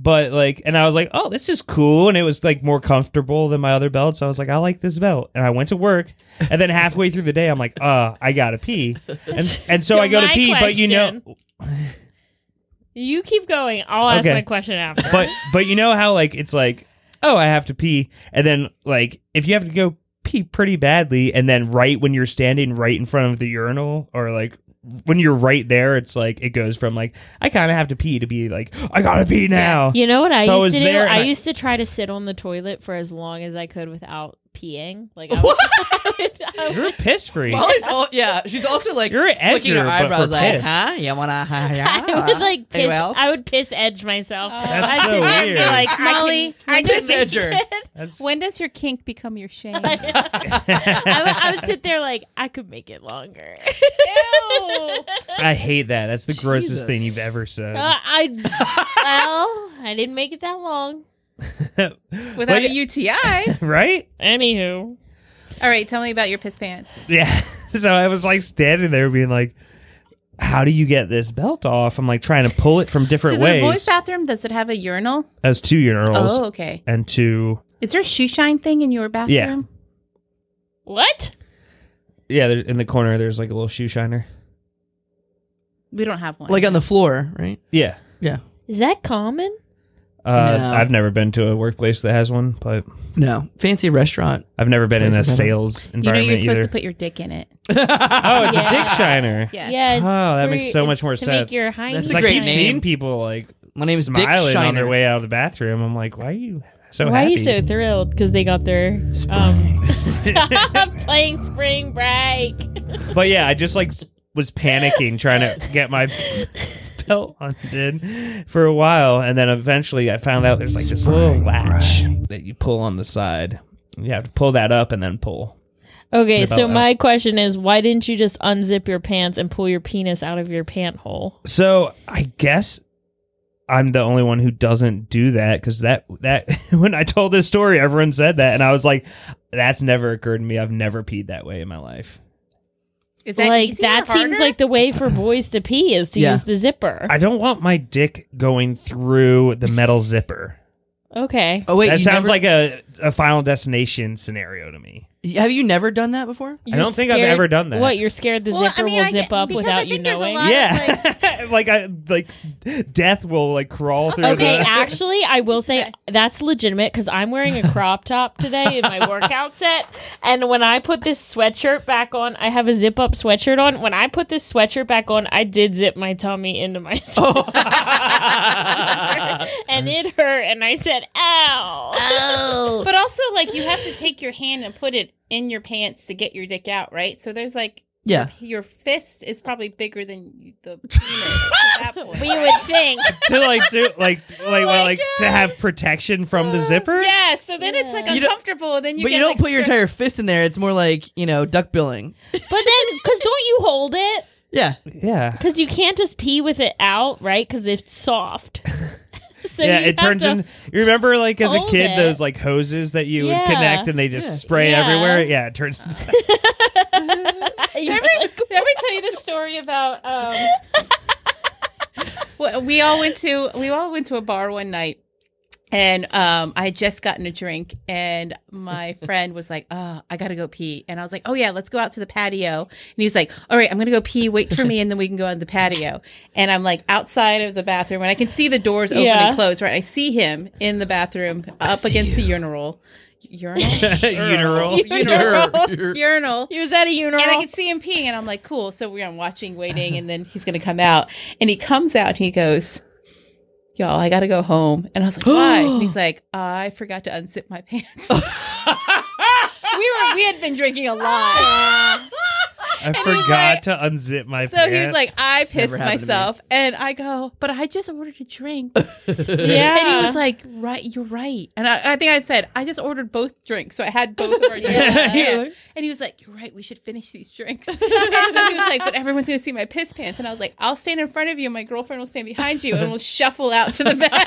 S1: But like, and I was like, oh, this is cool, and it was like more comfortable than my other belt, so I was like, I like this belt, and I went to work, and then halfway through the day, I'm like, uh, I gotta pee, and and so,
S2: So
S1: I go to
S2: my
S1: pee, but you know,
S2: question- You keep going. I'll ask
S1: Okay.
S2: my question after.
S1: but but you know how like it's like oh i have to pee and then like if you have to go pee pretty badly and then right when you're standing right in front of the urinal or like when you're right there it's like it goes from like i kind of have to pee to be like i gotta pee now
S2: You know what I
S1: So I was
S2: used to do?
S1: there and
S2: I,
S1: I-
S2: used to try to sit on the toilet for as long as I could without peeing. Like I would, I would, I would-
S1: you're a piss free
S4: Molly's all yeah. She's also like
S1: You're an
S4: flicking her
S1: edger, but for
S4: eyebrows like,
S1: piss.
S4: huh? You wanna? Huh, yeah.
S2: I would like piss.
S4: Ah. Anyone else?
S2: I would piss edge myself.
S1: That's
S2: I'd
S1: so
S2: sit there and be
S1: weird.
S2: Like I
S3: Molly,
S2: can, I can
S4: piss
S2: make
S4: edger.
S2: it.
S1: That's-
S3: When does your kink become your shame? Ew.
S2: I would, I would sit there like I could make it longer.
S1: i hate that that's the grossest
S4: Jesus.
S1: thing you've ever said
S2: Uh, I well, I didn't make it that long.
S3: Ah. without
S1: Well,
S3: a UTI.
S1: right?
S2: Anywho,
S3: All right, tell me about your piss pants.
S1: Yeah. So I was like standing there being like, how do you get this belt off? I'm like trying to pull it from
S3: So
S1: different
S3: the boys'
S1: ways.
S3: bathroom does it have a urinal?
S1: As two urinals
S3: Oh, okay.
S1: and two.
S3: Is there a shoe shine thing in your bathroom?
S1: Yeah.
S2: what?
S1: Yeah, there- in the corner, there's like a little shoe shiner.
S3: We don't have one.
S4: Like on the floor, right?
S1: Yeah.
S4: Yeah.
S2: Is that common?
S1: Uh,
S4: No.
S1: I've never been to a workplace that has one, but
S4: No. Fancy restaurant.
S1: I've never been in a
S4: Place I've never-
S1: sales
S3: you know,
S1: environment
S3: you're supposed
S1: either.
S3: to put your dick in it.
S1: oh, it's a
S2: Yeah.
S1: dick shiner.
S3: Yeah.
S2: Yes.
S1: Oh, that makes so
S2: it's
S1: much more
S2: to
S1: sense.
S2: Make your hiney
S4: That's
S1: It's
S4: a
S1: like
S4: great
S1: you've
S2: shine.
S4: name.
S1: seen people like
S4: My name is Dick
S1: smiling on
S4: Shiner.
S1: their way out of the bathroom. I'm like, why are you so
S2: Why are
S1: happy?
S2: you so thrilled? Because they got their um, stop playing spring break.
S1: But yeah, I just like s- was panicking trying to get my belt undid for a while, and then eventually I found out there's like this little latch that you pull on the side. You have to pull that up and then pull.
S2: Okay,
S1: About
S2: so
S1: that.
S2: my question is, why didn't you just unzip your pants and pull your penis out of your pant hole?
S1: So I guess I'm the only one who doesn't do that because that that when I told this story, everyone said that, and I was like, "That's never occurred to me. I've never peed that way in my life."
S3: Is that
S2: like
S3: easier,
S2: that seems
S3: harder?
S2: like the way for boys to pee is to
S4: Yeah.
S2: use the zipper.
S1: I don't want my dick going through the metal zipper.
S2: okay,
S4: Oh wait,
S1: that
S4: you
S1: sounds
S4: never-
S1: like a, a Final Destination scenario to me.
S4: Have you never done that before?
S1: I don't think I've ever done that.
S2: What you're scared the
S3: Well, I
S2: zipper
S3: mean, I
S2: will zip
S3: get-
S2: up
S3: because I
S2: without you
S3: think there's a
S2: knowing?
S3: lot of-
S1: yeah, like, I like death will like crawl through.
S2: Okay,
S1: the,
S2: actually, I will say that's legitimate because I'm wearing a crop top today in my workout set. And when I put this sweatshirt back on, I have a zip up sweatshirt on. When I put this sweatshirt back on, I did zip my tummy into my sweatshirt.
S1: Oh.
S2: and it hurt. And I said,
S1: Uh.
S2: ow.
S3: But also, like, you have to take your hand and put it in your pants to get your dick out, right? So there's like
S4: Yeah.
S3: your fist is probably bigger than you- the penis at that point.
S2: We would think.
S1: to like do like like well, like to have protection from the zipper.
S3: Yeah, so then it's like
S4: You don't-
S3: uncomfortable. then you
S4: but you
S3: get,
S4: don't
S3: like,
S4: put your
S3: stra-
S4: entire fist in there. It's more like, you know, duck billing.
S2: But then, because don't you hold it?
S4: Yeah.
S1: yeah.
S2: Because you can't just pee with it out, right? Because it's soft. so
S1: yeah,
S2: you
S1: it
S2: have
S1: turns
S2: to-
S1: in. You remember, like as a
S2: hold
S1: kid,
S2: it.
S1: those like hoses that you
S2: Yeah.
S1: would connect and they just spray
S2: Yeah.
S1: everywhere. Yeah, it turns. into
S2: You're like,
S3: Did I ever tell you the story about um Well, we all went to we all went to a bar one night and um I had just gotten a drink and my friend was like, "Oh, I got to go pee." And I was like, "Oh yeah, let's go out to the patio." And he was like, "All right, I'm going to go pee. Wait for me and then we can go on the patio." And I'm like outside of the bathroom and I can see the doors open
S2: Yeah.
S3: and close, right? I see him in the bathroom up against the urinal. Urinal?
S1: urinal.
S3: urinal.
S2: He was at a funeral.
S3: And I could see him peeing, and I'm like, cool. So we're on watching, waiting, and then he's gonna come out. And he comes out and he goes, Y'all, I gotta go home. And I was like, why? and he's like, I forgot to unzip my pants. we were we had been drinking a lot.
S1: I forgot to unzip my.
S3: so
S1: pants.
S3: he was like, I pissed
S4: never happened to me.
S3: myself. And I go, but I just ordered a drink.
S2: yeah.
S3: And he was like, right, you're right. And I, I think I said, I just ordered both drinks. So I had both of our drinks. in my hand. And he was like, you're right. We should finish these drinks. And so he was like, but everyone's going to see my piss pants. And I was like, I'll stand in front of you. And my girlfriend will stand behind you and we'll shuffle out to the back. and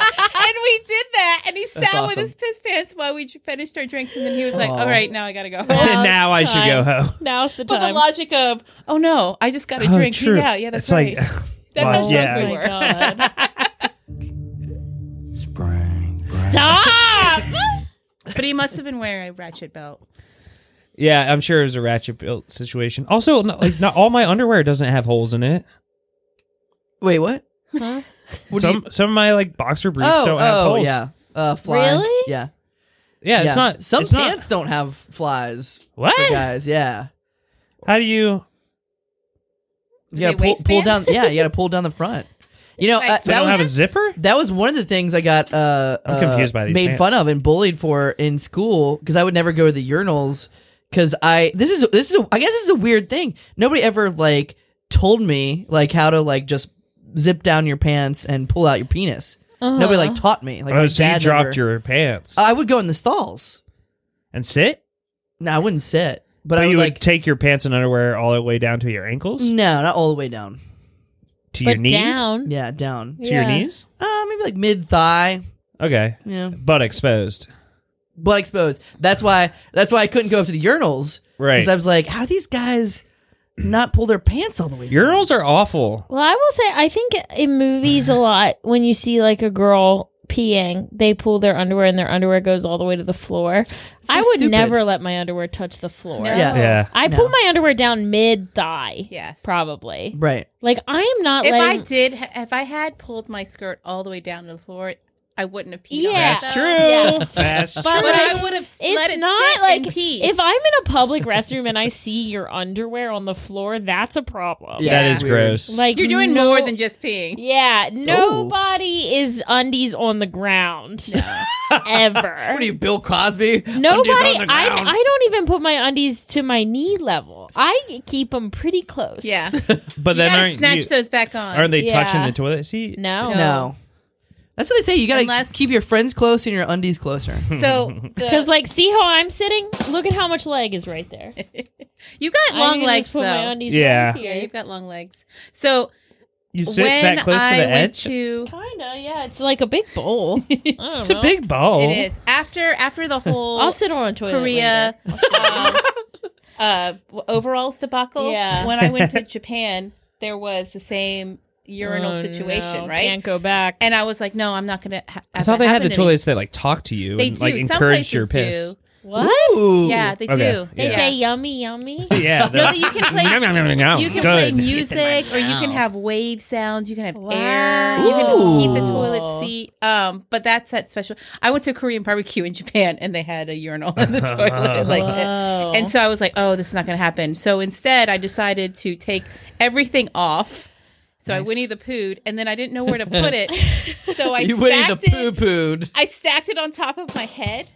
S3: we did that. And he sat
S4: That's
S3: with
S4: awesome.
S3: his piss pants while we finished our drinks. And then he was like,
S4: Aw.
S3: all right, now I got to go home.
S2: Now's
S1: now I should go home.
S2: Now's the
S3: But the
S2: time.
S3: logic of, oh no, I just got a drink.
S1: true.
S3: Yeah, yeah, that's
S1: It's
S3: right.
S1: Like,
S3: That's how
S1: Oh
S3: drunk
S1: yeah.
S3: we
S2: my
S3: were.
S2: God.
S5: Spring.
S2: Stop!
S3: But he must have been wearing a ratchet belt.
S1: yeah, I'm sure it was a ratchet built situation. Also, not, like not all my underwear doesn't have holes in it.
S4: Wait, what? What do
S1: some some of my like boxer briefs
S4: Oh,
S1: don't have
S4: oh,
S1: holes.
S4: yeah. Uh, fly.
S2: Really?
S4: Yeah.
S1: yeah, it's
S4: yeah.
S1: not
S4: Some
S1: it's not-
S4: pants don't have flies. For
S1: what?
S4: guys, yeah.
S1: How do you?
S4: You
S3: They
S4: gotta pull, pull down.
S3: waistbands?
S4: Yeah, you gotta pull down the front. You know,
S3: Like
S4: uh,
S1: They
S4: that
S1: don't
S4: was
S1: have a zipper.
S4: that was one of the things I got uh,
S1: I'm
S4: uh,
S1: confused by these
S4: made
S1: pants.
S4: fun of and bullied for in school because I would never go to the urinals because I this is this is a, I guess this is a weird thing. Nobody ever like told me like how to like just zip down your pants and pull out your penis. Nobody like
S3: Uh-huh.
S4: taught me. Like my
S1: oh, so you
S4: dad
S1: dropped
S4: never-
S1: your pants
S4: I would go in the stalls.
S1: and sit.
S4: No, I wouldn't sit, but,
S1: But
S4: I would
S1: you would
S4: like
S1: take your pants and underwear all the way down to your ankles,
S4: no, not all the way down.
S1: to your
S2: But
S1: knees,
S2: down.
S4: Yeah, down.
S1: to your
S2: Yeah.
S1: knees.
S4: Uh, maybe like mid thigh.
S1: Okay.
S4: Yeah.
S1: But exposed.
S4: Blood exposed. That's why. That's why I couldn't go up to the urinals.
S1: Right.
S4: Because I was like, how do these guys not pull their pants all the way? down?
S1: Urinals are awful.
S2: Well, I will say, I think in movies a lot, when you see like a girl peeing, they pull their underwear and their underwear goes all the way to the floor.
S4: So
S2: I would
S4: stupid.
S2: never let my underwear touch the floor.
S3: No.
S4: Yeah.
S1: Yeah.
S2: I pull my underwear down mid thigh.
S3: Yes.
S2: Probably.
S4: Right.
S2: Like, I am not
S3: If I
S2: letting.
S3: did, if I had pulled my skirt all the way down to the floor, I wouldn't have peed. on
S2: Yeah.
S3: myself.
S1: That's true.
S2: Yes.
S1: That's
S2: But,
S1: true.
S3: But
S2: like,
S3: I would have
S2: it's
S3: let it
S2: not
S3: sit
S2: like
S3: and pee.
S2: if I'm in a public restroom and I see your underwear on the floor, that's a problem.
S4: Yeah.
S1: That is
S4: Weird.
S1: gross.
S2: Like
S3: you're doing
S2: no-
S3: more than just peeing.
S2: Yeah, nobody is undies on the ground ever.
S4: What are you, Bill Cosby?
S2: Nobody.
S4: Undies on the
S2: I,
S4: ground.
S2: I don't even put my undies to my knee level. I keep them pretty close.
S3: Yeah,
S1: but
S3: you
S1: then
S3: gotta
S1: aren't
S3: snatch
S1: you,
S3: those back on.
S1: aren't they touching
S2: Yeah.
S1: the toilet seat?
S2: No.
S4: No. That's what they say. You gotta
S3: Unless-
S4: keep your friends close and your undies closer.
S3: so
S2: Because
S3: the,
S2: like, see how I'm sitting? Look at how much leg is right there.
S3: you got
S2: I
S3: long
S2: can
S3: legs
S2: just put
S3: though.
S2: my undies
S1: Yeah.
S2: right
S3: yeah,
S2: here.
S3: you've got long legs. So
S1: You sit
S3: when
S1: that close
S3: I
S1: to the
S3: went
S1: edge?
S3: to
S2: Kinda. Yeah. It's like a big bowl.
S1: it's a big bowl.
S2: Oh.
S3: it is after after the whole
S2: I'll sit on a toilet.
S3: Korea
S2: later.
S3: um, uh, overalls debacle.
S2: Yeah.
S3: When I went to Japan, there was the same urinal
S2: Oh,
S3: situation,
S2: no,
S3: right?
S2: Can't go back.
S3: and I was like, no, I'm not gonna. Ha-
S1: I thought they had the
S3: toilet.
S1: toilets that like talk to you
S3: They
S1: and
S3: do.
S1: like
S3: Some
S1: encourage
S3: places
S1: your piss.
S3: do.
S2: what?
S4: Ooh.
S3: Yeah, they
S1: Okay,
S3: do.
S2: They
S1: yeah.
S2: say yummy, yummy.
S1: Yeah.
S3: No, you can play.
S1: Nom, nom, nom, nom.
S3: You can play
S1: Good.
S3: music, or you can have wave sounds. You can have
S2: Wow.
S3: air. You can
S4: Ooh.
S3: heat the toilet seat. Um, but that's that special. I went to a Korean barbecue in Japan, and they had a urinal in the toilet, like, uh,
S2: Whoa.
S3: and so I was like, "Oh, this is not going to happen." So instead, I decided to take everything off. So I Winnie the Poohed, and then I didn't know where to put it. So I
S4: You Winnie the
S3: stacked
S4: poo
S3: it.
S4: pooed.
S3: I stacked it on top of my head.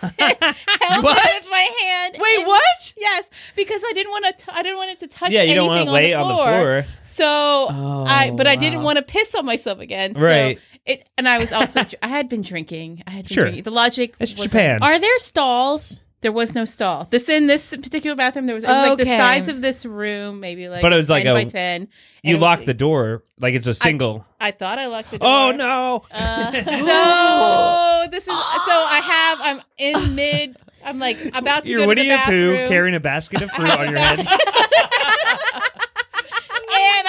S3: Held it with my hand.
S4: Wait,
S3: and-
S4: what?
S3: Yes, because I didn't want to. I didn't want it to touch.
S1: Yeah, you don't
S3: anything
S1: want to lay
S3: on the floor.
S1: floor. Oh,
S3: So I, but I didn't
S4: wow.
S3: want to piss on myself again. So
S1: Right.
S3: It, and I was also. I had been drinking. I had been
S1: Sure.
S3: drinking. The logic.
S1: It's
S3: was
S1: Japan.
S2: Are there stalls?
S3: There was no stall. This in this particular bathroom. There was. It was like the
S2: Okay.
S3: size of this room, maybe like.
S1: But it was like
S3: 10
S1: a-
S3: by ten. And
S1: you
S3: it
S1: lock
S3: was,
S1: the door like it's a single.
S3: I thought I locked the door.
S1: oh no.
S2: Uh,
S3: So this is so I have I'm in mid I'm like about to
S1: You're
S3: go to
S1: Winnie
S3: the
S1: the Pooh
S3: bathroom
S1: carrying a basket of fruit on your head.
S3: and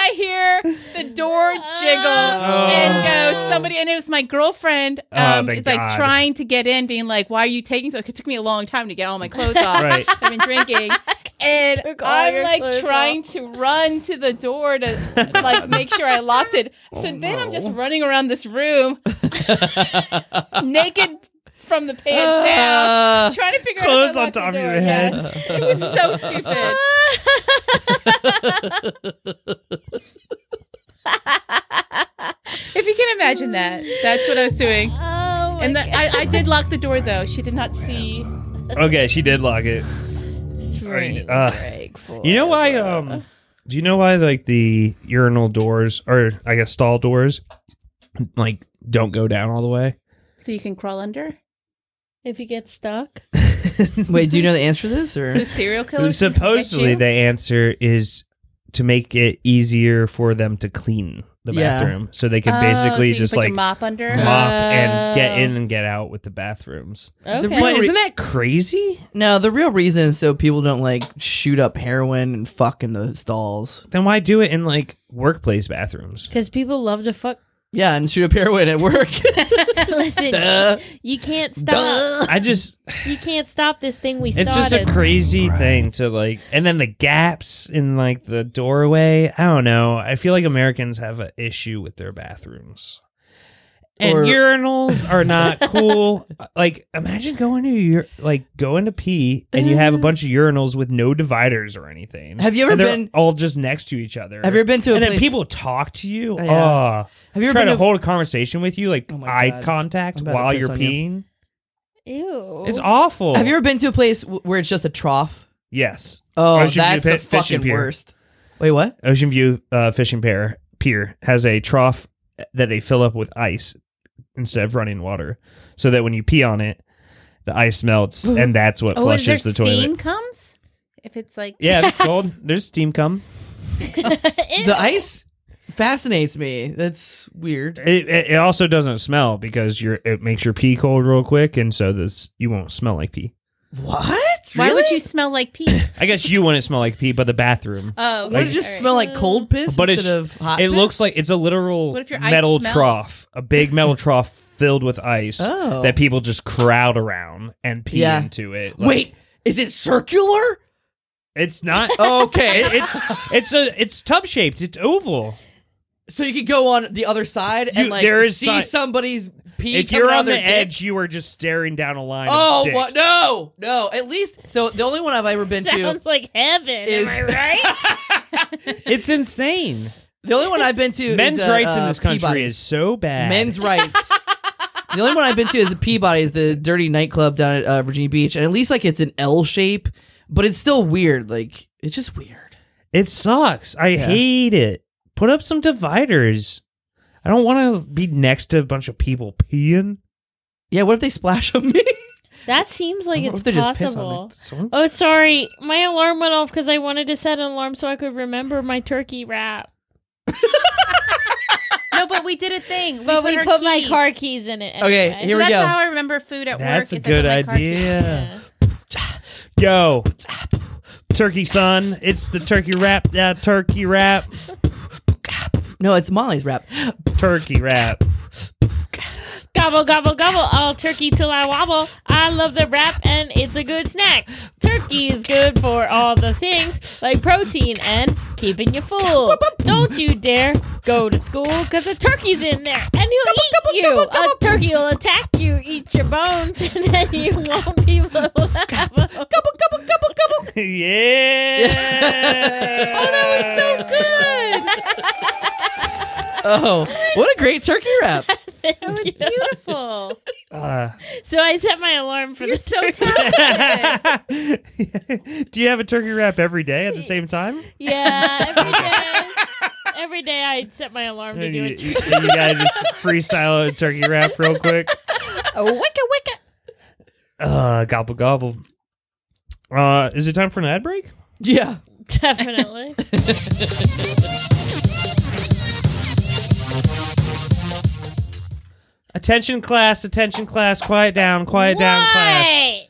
S3: I hear the door
S2: Oh.
S3: jiggle and go somebody and it was my girlfriend
S1: Oh,
S3: um
S1: thank
S3: it's
S1: God.
S3: like trying to get in being like why are you taking so it took me a long time to get all my clothes off
S1: Right.
S3: I've been drinking and
S2: Took all
S3: I'm
S2: your
S3: like
S2: clothes
S3: trying to run to the door to like make sure I locked it so
S1: Oh,
S3: then I'm just running around this room naked from the pants down
S4: Uh,
S3: trying to figure
S1: Clothes
S3: out how
S1: on top of
S3: to lock the door.
S1: your head.
S3: Yes. It was so stupid. if you can imagine that, that's what I was doing.
S2: oh my
S3: And the,
S2: God.
S3: I, I did lock the door though. She did not see.
S1: okay, she did lock it.
S2: Spring
S1: uh,
S2: break
S1: You know why? Um, do you know why like the urinal doors or I guess stall doors like don't go down all the way?
S3: So you can crawl under.
S2: if you get stuck.
S4: wait, do you know the answer to this? Or
S3: So serial killers. can get
S1: Supposedly,
S3: you?
S1: the answer is to make it easier for them to clean the
S4: Yeah.
S1: bathroom, so they can
S3: Oh, so
S1: basically
S3: you
S1: just
S3: put your
S1: like mop,
S3: mop under.
S1: and get
S2: Oh.
S1: in and get out with the bathrooms.
S2: Okay.
S4: real
S1: But
S4: re-
S1: isn't that crazy?
S4: no, the real reason is so people don't like shoot up heroin and fuck in the stalls.
S1: Then why do it in like workplace bathrooms?
S2: Because people love to fuck.
S4: Yeah, and shoot up heroin at work.
S2: Listen,
S4: Duh.
S2: you can't stop.
S4: Duh.
S1: I just
S2: You can't stop this thing we
S1: It's just
S2: started.
S1: a crazy thing to like, and then the gaps in like the doorway. I don't know. I feel like Americans have an issue with their bathrooms, and
S4: Or-
S1: urinals are not cool. Like, imagine going to your like going to pee, and you have a bunch of urinals with no dividers or anything.
S4: Have you ever
S1: And they're
S4: been-
S1: all just next to each other?
S4: Have you ever been to a
S1: and then
S4: place-
S1: people talk to you? Oh,
S4: yeah. Have you ever
S1: try
S4: been
S1: to
S4: to- Oh
S1: hold a conversation with you, like
S4: my
S1: eye
S4: God.
S1: contact
S4: I'm about to
S1: while
S4: piss
S1: you're
S4: on you.
S1: peeing?
S2: Ew.
S1: It's awful.
S4: Have you ever been to a place w- where it's just a trough?
S1: Yes.
S4: Oh,
S1: Ocean View
S4: that's
S1: Pi-
S4: the
S1: Fish and
S4: fucking
S1: Pier.
S4: worst. Wait, what?
S1: Ocean View uh, Fishing Pier Pier has a trough that they fill up with ice instead of running water, so that when you pee on it, the ice melts, and that's what
S3: Oh, is there
S1: flushes the
S3: steam
S1: toilet.
S3: comes? If it's like
S1: Yeah, if it's cold. There's steam cum.
S4: The ice? fascinates me. That's weird.
S1: It, it, it also doesn't smell because your it makes your pee cold real quick, and so this you won't smell like pee.
S4: What?
S3: Why would you smell like pee?
S1: I guess you wouldn't smell like pee, but the bathroom.
S3: Oh,
S4: Would it just smell like cold piss
S1: But it's-
S4: instead of hot?
S1: it
S4: piss?
S1: looks like it's a literal
S3: What if your ice
S1: metal
S3: smells?
S1: trough, a big metal trough filled with ice
S4: Oh.
S1: that people just crowd around and pee
S4: Yeah.
S1: into it. Like,
S4: Wait, Oh. is it circular?
S1: it's not.
S4: Okay,
S1: it, it's it's a it's tub shaped. It's oval.
S4: so you could go on the other side and
S1: You-
S4: like
S1: there is
S4: see
S1: si-
S4: somebody's pee.
S1: if
S4: coming
S1: you're
S4: out
S1: on
S4: their
S1: the
S4: dick.
S1: edge, you are just staring down a line. of
S4: Oh
S1: dicks.
S4: what? No, no. At least so the only one I've ever been to.
S2: Sounds like heaven.
S4: is-
S2: am I right?
S1: It's insane.
S4: The only one I've been to.
S1: Men's
S4: is, uh,
S1: rights in
S4: uh,
S1: this country
S4: Peabody's.
S1: is so bad.
S4: men's rights. The only one I've been to is a Peabody, is the dirty nightclub down at uh, Virginia Beach, and at least like it's an L shape, but it's still weird. Like it's just weird.
S1: It sucks. I hate it. Put up some dividers. I don't want to be next to a bunch of people peeing.
S4: Yeah, what if they splash on me?
S2: that seems like
S1: What
S2: it's
S1: if they just piss on
S2: possible.
S1: it? Someone-
S2: Oh, sorry. My alarm went off because I wanted to set an alarm so I could remember my turkey wrap.
S3: no, but we did a thing.
S2: But we
S3: our
S2: put my
S3: keys.
S2: car keys in it.
S4: Okay,
S2: anyway.
S4: here we
S3: That's
S4: go.
S3: how I remember food at
S1: That's a
S3: work. is I
S1: good
S3: put my car keys-
S1: idea.
S2: Yeah.
S1: Yo, turkey son, it's the turkey wrap. Yeah, turkey wrap.
S4: no, it's Molly's rap.
S1: Turkey wrap.
S2: Gobble, gobble, gobble, all turkey till I wobble. I love the wrap and it's a good snack. Turkey is good for all the things like protein and keeping you full. Don't you dare go to school because a turkey's in there and he'll eat you. A turkey will attack you, eat your bones, and then you won't be able
S1: yeah. oh, that was so good.
S4: Oh, what a great turkey rap!
S3: That was beautiful.
S2: So I set my alarm for
S3: You're
S2: the
S3: so
S2: turkey.
S3: talented.
S1: Do you have a turkey wrap every day at the same time?
S2: Yeah, every day. Every day I set my alarm to
S1: And
S2: do
S1: you,
S2: a
S1: you, you gotta just freestyle a turkey wrap real quick.
S2: Oh, wicka wicka.
S1: Uh, gobble gobble. Uh, is it time for an ad break?
S4: Yeah,
S2: Definitely.
S1: Attention class, attention class, quiet down, quiet down class.
S2: Why?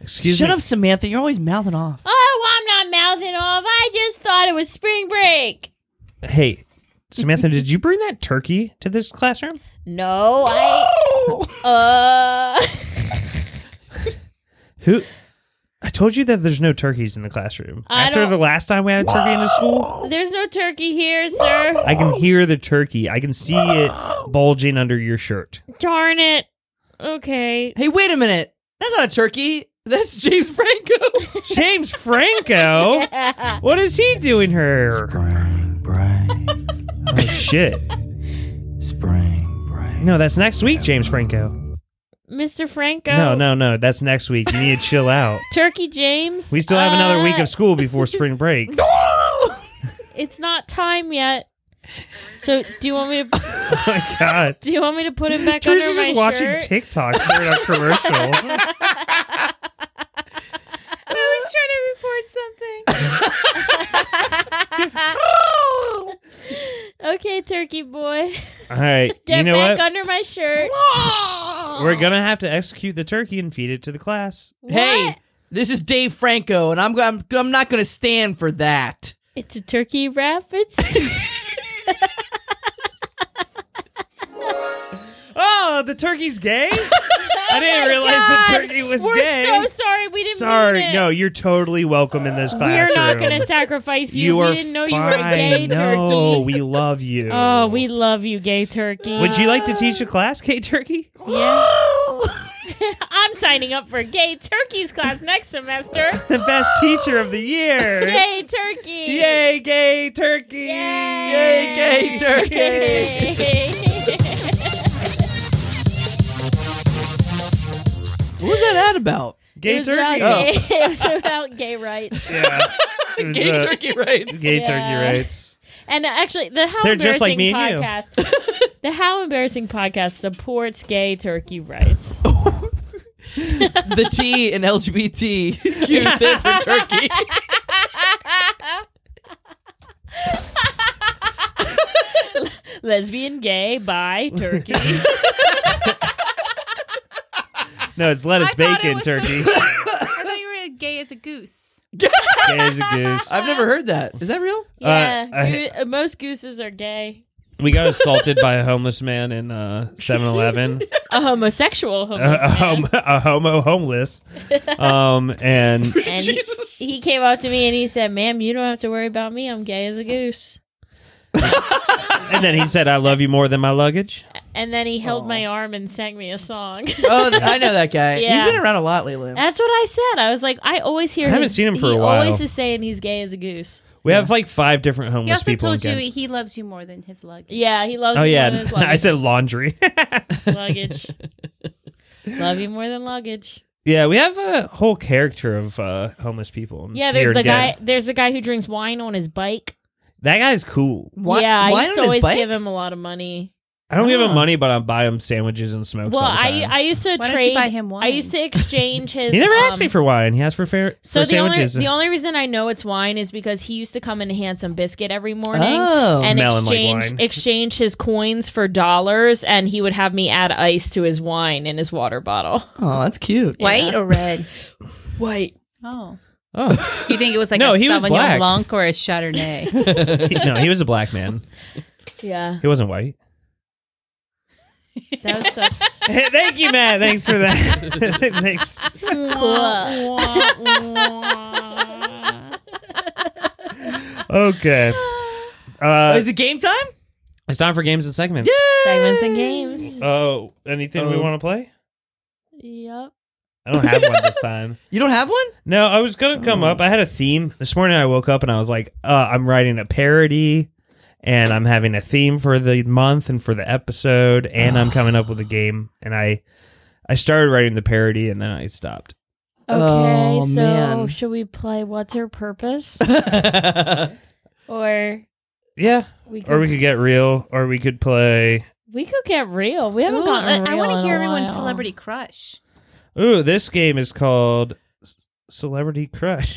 S1: Excuse
S4: shut
S1: me.
S4: up, Samantha. You're always mouthing off.
S2: Oh, I'm not mouthing off. I just thought it was spring break.
S1: Hey, Samantha, did you bring that turkey to this classroom?
S2: No, I. Uh.
S1: Who I told you that there's no turkeys in the classroom.
S2: I
S1: After
S2: don't-
S1: the last time we had turkey in the school,
S2: There's no turkey here, sir.
S1: I can hear the turkey. I can see it bulging under your shirt.
S2: Darn it. Okay.
S4: Hey, wait a minute. That's not a turkey. That's James Franco.
S1: James Franco? What is he doing here?
S5: Spring break.
S1: Oh shit.
S5: Spring break.
S1: No, that's next week, James Franco.
S2: Mr. Franco.
S1: No, no, no. That's next week. You need to chill out.
S2: Turkey James.
S1: We still have another week
S2: Uh,
S1: of school before spring break.
S2: It's not time yet. So do you want me to
S1: Oh my god.
S2: do you want me to put him back
S1: Trish
S2: under
S1: is
S2: my
S1: just watching
S2: shirt?
S1: TikToks during a commercial.
S3: I was trying to report something.
S2: okay, turkey boy.
S1: All right,
S2: Get
S1: you know
S2: back
S1: what?
S2: under my shirt.
S1: We're gonna have to execute the turkey and feed it to the class.
S4: hey, this is Dave Franco, and I'm I'm, I'm not going to stand for that.
S2: It's a turkey wrap. It's
S1: Oh, the turkey's gay. I didn't
S2: Oh my
S1: realize the
S2: God.
S1: turkey was
S2: We're
S1: gay.
S2: so sorry. We didn't.
S1: sorry,
S2: mean it.
S1: no, you're totally welcome in this classroom.
S2: We're not going to sacrifice you.
S1: You
S2: we
S1: are
S2: didn't know
S1: fine.
S2: you were a gay
S1: no,
S2: turkey.
S1: we love you.
S2: Oh, we love you, gay turkey.
S1: Would you like to teach a class, gay turkey?
S2: Yeah. I'm signing up for gay turkeys class next semester.
S1: The best teacher of the year.
S2: Gay turkey.
S1: Yay, gay turkey.
S4: Yay, gay turkey. what was that ad about?
S1: Gay
S2: it, was
S1: turkey.
S2: about
S4: Oh.
S2: gay, it was about gay rights.
S1: Yeah. It was,
S4: Gay
S1: uh,
S4: turkey rights.
S1: Gay
S2: Yeah.
S1: turkey rights.
S2: And uh, actually, the How
S1: They're just like
S2: Embarrassing
S1: me and you.
S2: podcast. the How Embarrassing podcast supports gay turkey rights.
S4: the T in LGBTQ stands for turkey.
S2: lesbian, gay, bi, turkey.
S1: Uh, No, it's lettuce,
S3: I thought
S1: bacon,
S3: it was-
S1: turkey.
S3: I thought you were gay as a goose.
S1: There's a goose.
S4: I've never heard that. Is that real?
S2: yeah,
S1: I-
S2: goo- uh, most gooses are gay.
S1: We got assaulted by a homeless man in uh, 7-Eleven.
S2: A homosexual homeless
S1: a,
S2: man.
S1: hom- a homo homeless. Um, and
S2: and he- he came up to me and he said, "Ma'am, you don't have to worry about me. I'm gay as a goose."
S1: and then he said, "I love you more than my luggage."
S2: And then he held my arm and sang me a song.
S4: Oh, th- I know that guy.
S2: Yeah.
S4: He's been around a lot lately.
S2: That's what I said. I was like, I always hear.
S1: I haven't
S2: his-
S1: seen him for
S2: he
S1: a while.
S2: always is saying he's gay as a goose.
S1: We have like five different
S3: He
S1: homeless
S3: also
S1: people.
S3: told you
S1: in Kent.
S3: he loves you more than his luggage.
S2: Yeah, he loves.
S1: Oh
S2: me
S1: yeah,
S2: more than his
S1: I
S2: luggage.
S1: said laundry.
S2: luggage. Love you more than luggage.
S1: yeah, we have a whole character of uh, homeless people.
S2: Yeah, there's
S1: here in
S2: the guy.
S1: Denver.
S2: There's the guy who drinks wine on his bike.
S1: That guy's cool.
S4: Why-
S2: yeah, I
S4: why
S2: used
S4: on
S2: to
S4: his
S2: always
S4: bike?
S2: give him a lot of money.
S1: I don't give
S4: Ah.
S1: him money, but I buy him sandwiches and smokes.
S2: Oh. well,
S1: all the
S2: I
S1: time.
S2: I used to
S3: Why don't
S2: trade.
S3: you buy him wine?
S2: I used to exchange his.
S1: he never
S2: um,
S1: asked me for wine. He asked for fair
S2: So
S1: for
S2: the only
S1: sandwiches.
S2: the only reason I know it's wine is because he used to come in a handsome biscuit every morning
S4: Oh.
S1: Smelling
S2: and
S1: Ah. like
S2: exchange
S1: wine.
S2: exchange his coins for dollars, and he would have me add ice to his wine in his water bottle.
S4: Oh, that's cute.
S3: White or red?
S2: White.
S3: Oh.
S1: oh
S3: You think it was like
S1: No,
S3: a
S1: he was
S3: Sauvignon
S1: black.
S3: Blanc or a Chardonnay?
S1: He- no, he was a black man.
S2: Yeah,
S1: He wasn't white.
S2: that was such
S1: Thank you, Matt. Thanks for that. Thanks. Okay.
S4: Oh,
S1: Uh,
S4: is it game time?
S1: it's time for games and segments.
S2: Segments and games.
S1: Oh, anything we
S4: Oh.
S1: want to play?
S2: Yep.
S1: I don't have one this time.
S4: You don't have one?
S1: No, I was gonna come up. I had a theme this morning. I woke up and I was like, uh, I'm writing a parody, and I'm having a theme for the month and for the episode, and I'm coming up with a game. And I, I started writing the parody, and then I stopped.
S2: Okay,
S4: Oh,
S2: so
S4: man.
S2: should we play What's Her Purpose? or
S1: Yeah,
S2: we could,
S1: or we could get real, or we could play.
S2: we could get real. We haven't
S3: Ooh,
S2: gotten
S3: I- I
S2: real
S3: want
S2: in
S3: to
S2: a
S3: hear everyone's
S2: while.
S3: celebrity crush.
S1: Ooh, this game is called C- Celebrity Crush,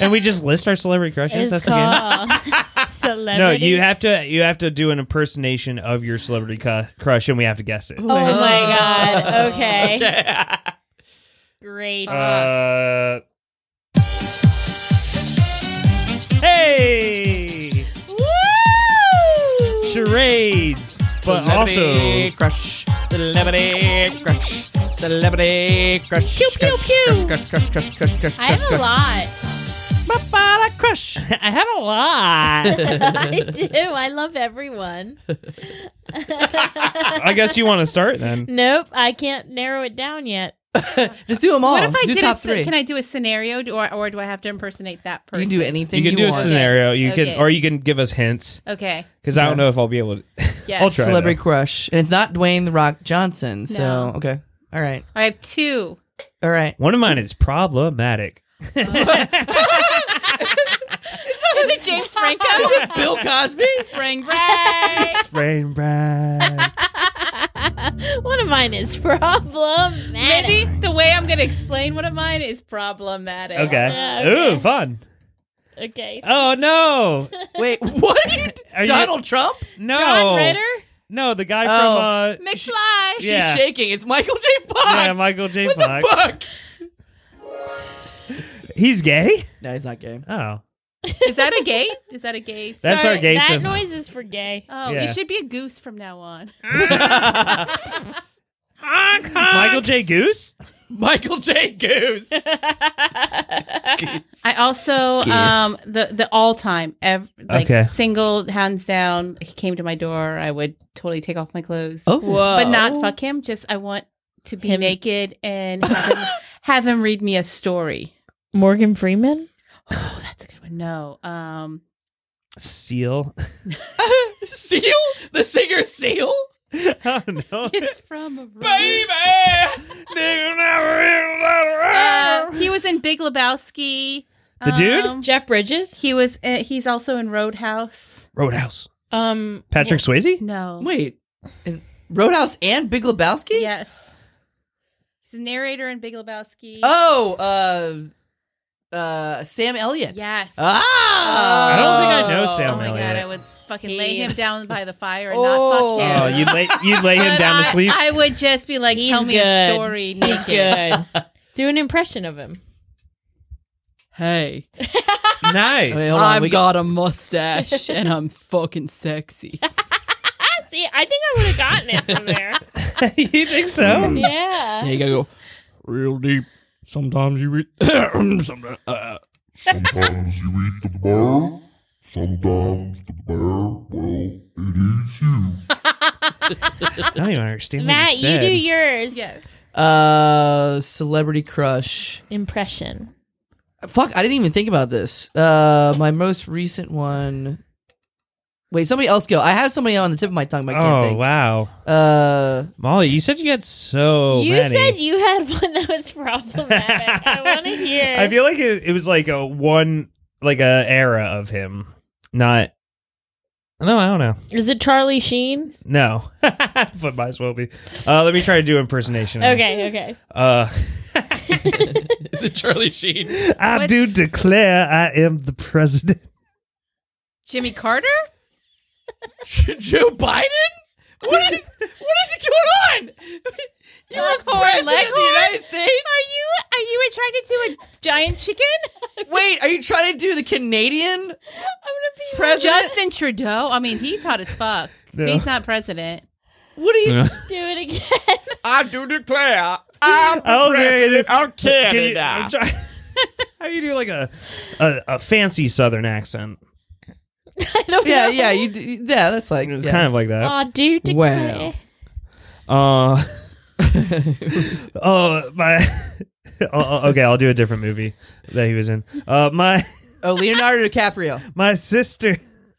S1: and we just list our celebrity crushes. That's
S2: It's
S1: the game.
S2: called Celebrity.
S1: No, you have to you have to do an impersonation of your celebrity cu- crush, and we have to guess it.
S2: Oh my god. Okay. Great.
S1: Uh, hey! Charades! But also.
S4: crush, celebrity crush, celebrity crush, pew, pew, pew. crush, crush, crush, crush, crush,
S2: I have a lot.
S4: lot. crush.
S1: I had a lot!
S2: I do. I love everyone.
S1: I guess you want to start then.
S2: Nope, I can't narrow it down yet.
S4: Just do
S1: Oh,
S4: them all.
S3: What if I
S4: do
S3: did
S4: top
S3: a, sce-
S4: three?
S3: Can I do a scenario, do- or, or do I have to impersonate that
S4: you
S3: person?
S4: can do anything
S1: You can
S4: you,
S1: do a
S4: want.
S1: scenario. You
S3: Okay.
S1: can, or you can give us hints
S3: Okay.
S1: because I don't know if I'll be able to.
S3: Yes.
S1: I'll try.
S4: Celebrity
S1: though.
S4: crush, and it's not Dwayne the Rock Johnson. So
S3: No.
S4: okay, all right,
S3: I have two.
S4: all right.
S1: One of mine is problematic.
S3: Is it James Franco? Is it
S4: Bill Cosby.
S3: Spring Break?
S1: Brain brag.
S2: One of mine is problematic.
S3: Maybe the way I'm going to explain one of mine is problematic.
S1: Okay.
S2: Yeah, okay.
S1: Ooh, fun.
S2: Okay.
S1: Oh no!
S4: Wait, what? Are you,
S1: Are you-
S4: Donald Trump?
S1: No.
S2: John Ritter?
S1: No, the guy from
S4: Oh.
S1: uh,
S3: McFly.
S1: Yeah.
S4: She's shaking. It's Michael J. Fox.
S1: yeah, Michael J.
S4: What
S1: Fox.
S4: the fuck?
S1: He's gay.
S4: No, he's not gay.
S1: Oh,
S3: Is that a gay? Is that a gay?
S1: that's
S2: Sorry,
S1: our gay.
S2: That
S1: sim-
S2: noise is for gay.
S3: oh,
S1: yeah.
S3: you should be a goose from now on.
S1: Michael J. Goose.
S4: Michael J. Goose.
S3: I also um the the all time ev- like
S1: Okay.
S3: single hands down. He came to my door. I would totally take off my clothes,
S4: Oh,
S2: Whoa.
S3: but not fuck him. Just I want to be
S2: Him.
S3: naked and have him, have him read me a story.
S2: Morgan Freeman?
S3: Oh, that's a good one. No, um,
S1: Seal.
S4: Seal? The singer Seal?
S1: I don't know.
S3: it's from a rose.
S4: Baby!
S3: Uh, he was in Big Lebowski. Um,
S1: The dude?
S2: Jeff Bridges?
S3: He was. Uh, he's also in Roadhouse.
S1: Roadhouse.
S2: Um
S1: Patrick Swayze.
S3: No.
S4: Wait. And Roadhouse and Big Lebowski?
S3: Yes. He's a narrator in Big Lebowski.
S4: Oh, uh, uh, Sam Elliott.
S3: Yes.
S4: Ah!
S1: I don't think I know
S3: Oh
S7: Ah!
S1: Sam
S3: my god,
S1: Elliott.
S3: I would fucking lay him
S2: He's-
S3: down by the fire and
S4: Oh.
S3: not
S1: Oh,
S3: fuck him.
S1: you lay you lay him
S3: But
S1: down to
S3: I-
S1: sleep.
S3: I would just be like,
S2: He's
S3: tell me
S2: good.
S3: a story.
S2: He's
S3: naked.
S2: good. Do an impression of him.
S7: Hey,
S1: nice.
S4: Wait, hold on,
S7: I've
S4: we
S7: got a mustache and I'm fucking sexy.
S2: See, I think I would have gotten it from there.
S1: you think
S4: Hmm.
S1: so?
S2: yeah.
S4: Yeah, you gotta go.
S8: real deep. Sometimes you read. Sometimes, uh,
S9: Sometimes you eat the bear. Sometimes the bear, well, it eats you.
S1: I don't even understand
S2: Matt,
S1: what you
S2: you
S1: said.
S2: do yours.
S3: Yes.
S4: Uh, celebrity crush.
S2: Impression.
S4: Fuck, I didn't even think about this. Uh, my most recent one. Wait, somebody else go. I have somebody on the tip of my tongue, but I can't
S1: oh
S4: think.
S1: wow,
S4: Uh,
S1: Molly, you said you had so
S2: you
S1: many.
S2: said you had one that was problematic. I want to hear.
S1: I feel like it, it was like a one, like a era of him. Not. No, I don't know.
S2: Is it Charlie Sheen?
S1: No, but might as well be. Uh, let me try to do impersonation.
S2: Okay, okay.
S1: Uh,
S7: Is it Charlie Sheen?
S1: I
S3: What-
S1: do declare I am the president.
S3: Jimmy Carter?
S4: Joe Biden? What is what is going on? You were president of the United States.
S3: Are you are you attracted to a giant chicken?
S4: Wait, are you trying to do the Canadian president?
S3: Justin Trudeau? I mean, he's hot as fuck. But
S1: No.
S3: He's not president.
S4: what are you?
S2: Do it again.
S8: I do declare I'm
S1: Oh,
S8: the
S1: there it is.
S8: president of
S1: Can you-
S8: Canada.
S1: I'm try- How do you do like a, a a fancy Southern accent?
S2: I don't
S4: Yeah,
S2: know.
S4: yeah, you. d- Yeah, that's like.
S1: It's
S4: yeah.
S1: kind of like that.
S2: Aw, dude. declare.
S4: Wow.
S1: Uh, oh my. oh, okay, I'll do a different movie that he was in. Uh, my
S4: oh, Leonardo DiCaprio.
S1: my sister,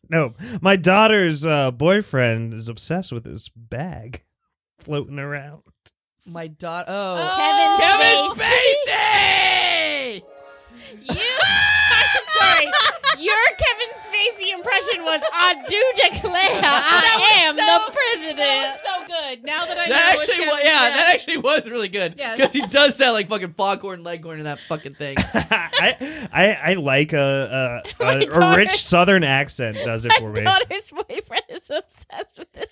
S1: no, my daughter's uh, boyfriend is obsessed with this bag floating around.
S4: My daughter. Oh,
S2: Kevin
S4: Kevin
S2: Spacey.
S4: Spacey.
S2: You. I'm sorry. Your Kevin Spacey impression was I do declare I am the president.
S3: That was so good. Now that I know
S4: That
S3: what's
S4: actually
S3: Kevin
S4: was, yeah,
S3: Spacey-
S4: that actually was really good.
S3: Yeah.
S4: Because he does sound like fucking Foghorn Leghorn in that fucking thing.
S1: I, I I like a a,
S2: My
S1: a, a
S2: daughter-
S1: rich Southern accent does it for
S2: My
S1: me.
S2: daughter's boyfriend is obsessed with this.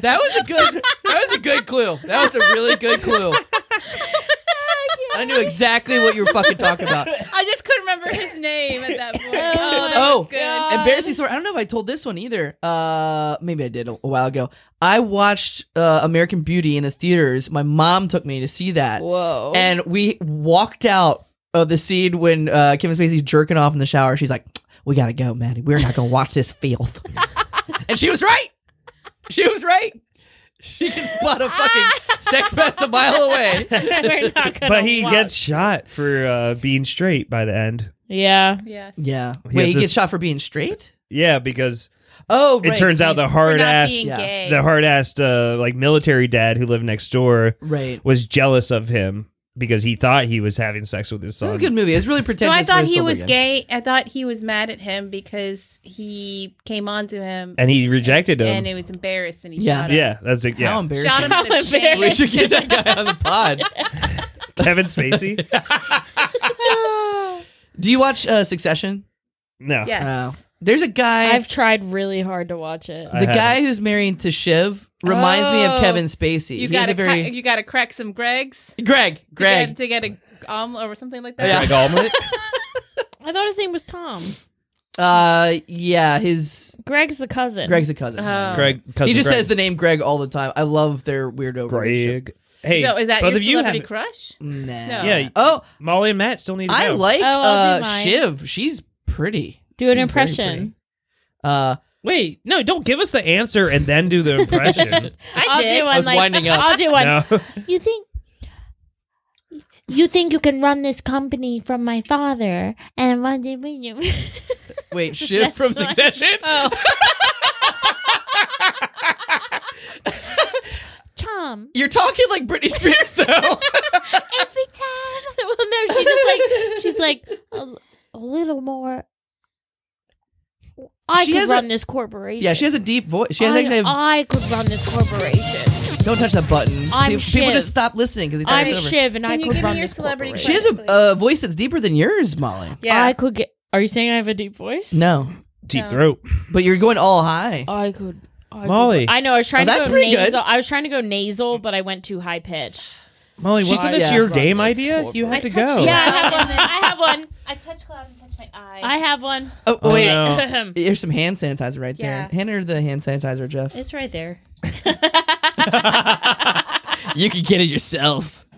S4: That was a good. That was a good clue. That was a really good clue.
S2: Oh
S4: I knew exactly what you were fucking talking about.
S3: I just couldn't remember his name at that
S2: Oh,
S3: point. Oh, that
S4: Oh,
S3: was good.
S2: God.
S4: embarrassing story. I don't know if I told this one either. Uh, maybe I did a, a while ago. I watched uh, American Beauty in the theaters. My mom took me to see that,
S2: Whoa.
S4: and we walked out of the scene when uh, Kevin Spacey's jerking off in the shower. She's like, "We gotta go, Maddie. We're not gonna watch this filth." and she was right. She was right. She can spot a fucking sex pest a mile away.
S2: We're not gonna
S1: But he
S2: walk.
S1: gets shot for uh, being straight by the end.
S2: Yeah.
S3: Yes.
S4: Yeah. Wait,
S1: Yeah,
S4: he
S1: just-
S4: gets shot for being straight.
S1: Yeah, because
S4: Oh,
S1: it
S4: right.
S1: turns out the
S3: For
S1: hard
S3: not
S1: ass
S3: being
S4: Yeah.
S3: gay.
S1: the hard assed uh, like military dad who lived next door
S4: right.
S1: was jealous of him because he thought he was having sex with his
S4: That
S1: son.
S4: was a good movie. It was really
S3: No,
S4: pretentious.
S3: I
S4: but
S3: thought
S4: it's
S3: he
S4: still
S3: was
S4: pretty good.
S3: gay. I thought he was mad at him because he came on to him
S1: and he rejected him.
S3: and it was embarrassed and he
S4: Yeah.
S3: shot him.
S1: yeah, that's it.
S4: How
S1: Yeah,
S4: embarrassing.
S3: Shot him in the
S2: How
S3: shame.
S4: We should get that guy on the pod.
S1: Kevin Spacey.
S4: Do you watch uh, Succession?
S1: No,
S3: Yes.
S4: Oh. There's a guy.
S2: I've tried really hard to watch it.
S1: I
S4: the
S1: haven't.
S4: guy who's married to Shiv reminds me of
S3: Oh.
S4: Kevin Spacey.
S3: You
S4: He has
S3: gotta
S4: a
S3: cra-
S4: very
S3: you gotta crack some Gregs
S4: Greg.
S3: to
S4: Greg.
S3: get, to get a omelet or something like
S4: Yeah.
S3: that.
S1: Greg Allman.
S2: I thought his name was Tom.
S4: Uh, yeah. His
S2: Greg's the cousin.
S4: Greg's a cousin.
S3: Oh.
S1: Greg. cousin
S4: he just
S1: Greg.
S4: says the name Greg all the time. I love their weirdo. relationship.
S1: Greg. Hey,
S3: so is that
S1: both
S3: your
S1: of you
S3: celebrity
S1: have
S3: crush?
S4: Nah.
S3: No.
S1: Yeah,
S4: Oh,
S1: Molly and Matt still need. To
S4: I
S1: know.
S4: like
S2: Oh, I'll
S4: uh
S2: do mine.
S4: Shiv. She's pretty.
S2: Do an
S4: She's very
S2: impression.
S4: pretty. Uh,
S1: Wait, no, don't give us the answer and then do the impression.
S2: I'll do one.
S4: I was
S2: like,
S4: winding up.
S2: I'll do one.
S1: no.
S2: You think you think you can run this company from my father and what did we do?
S4: wait, Shiv
S2: That's Oh.
S4: from
S2: mine.
S4: Succession.
S2: Tom.
S4: You're talking like Britney Spears though.
S2: Every time. well, no, she just like she's like a, a little more. I
S4: She
S2: could
S4: has a-
S2: run this corporation.
S4: yeah, she has a deep voice. She has
S2: I,
S4: actually. A,
S2: I could run this corporation.
S4: don't touch that button.
S2: I'm
S4: people, people
S2: Shiv.
S4: just stop listening because they thought
S2: I'm
S4: it was over.
S2: Shiv, and
S3: Can
S2: I
S3: you
S2: could
S3: give me
S2: run
S3: your
S2: this
S3: celebrity
S2: corporation.
S4: She has a, a voice that's deeper than yours, Molly.
S3: Yeah.
S2: I could get. Are you saying I have a deep voice?
S4: No.
S1: deep
S3: No.
S1: throat.
S4: But you're going all high.
S2: I could. I could-
S1: Molly.
S2: I know. I was trying
S4: Oh,
S2: to
S4: that's
S2: go
S4: pretty good.
S2: nasal. I was trying to go nasal, but I went too high pitched.
S1: Molly,
S4: She's-
S1: wasn't this
S4: yeah.
S1: your game
S7: Run this
S1: idea?
S7: whole-
S1: You have
S3: I
S1: to
S3: touched
S1: go.
S3: it.
S2: Yeah, I have one. I have one.
S3: I touch cloud and touch my eye.
S2: I have one.
S4: Oh,
S1: Oh,
S4: wait.
S1: no.
S4: There's some hand sanitizer right
S3: Yeah.
S4: there. Hand her the hand sanitizer, Jeff.
S2: It's right there.
S4: you can get it yourself.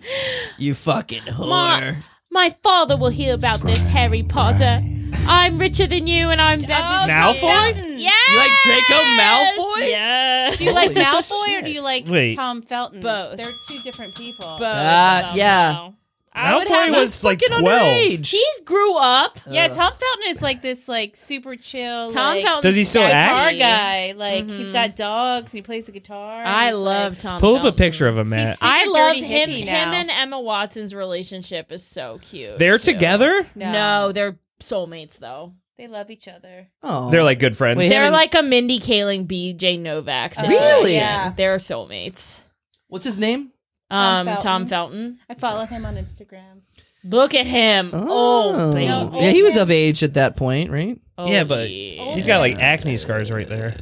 S4: You fucking whore.
S2: My father will hear about this, Harry Potter. I'm richer than you, and I'm
S3: Oh,
S2: better. than
S1: Malfoy?
S2: Yeah.
S4: You like Draco Malfoy?
S2: Yeah.
S3: Do you like
S4: Holy
S3: Malfoy or
S4: shit.
S3: do you like
S1: Wait.
S3: Tom Felton?
S2: Both.
S3: They're two different people.
S2: Both
S4: Ah,
S2: of them,
S4: yeah.
S2: though. I would
S1: Malfoy
S2: have-
S1: was like
S4: Fucking
S1: 12.
S4: underage.
S2: He grew up.
S3: Yeah, Tom Felton is like this, like super chill.
S2: Tom
S3: like,
S2: Felton. Mm-hmm.
S1: Does he still
S3: guitar
S1: act?
S3: guy. Like he's got dogs and he plays the guitar. and
S2: I
S3: he's,
S2: love
S3: Like,
S2: Tom.
S1: Pull up a
S2: Felton.
S1: picture of him, Matt.
S3: He's-
S2: I
S3: Super
S2: love
S3: dirty
S2: him.
S3: hippie
S2: Him
S3: now.
S2: and Emma Watson's relationship is so cute.
S1: They're
S2: too.
S1: together?
S3: no,
S2: No, they're soulmates though.
S3: they love each other.
S4: Oh.
S1: They're like good friends.
S4: Wait,
S2: They're
S4: haven't-
S2: like a Mindy Kaling, BJ Novak.
S3: Uh,
S2: situation.
S4: Really?
S3: Yeah.
S2: They're soulmates.
S4: What's his name?
S2: Um,
S3: Tom
S2: Tom
S3: Felton.
S2: Felton.
S3: I follow him on Instagram.
S2: Look at him. Oh, baby.
S3: No,
S4: yeah, he was
S3: man.
S4: of age at that point, right?
S2: Oh,
S1: Yeah, but
S2: yeah.
S1: He's got like acne scars right there.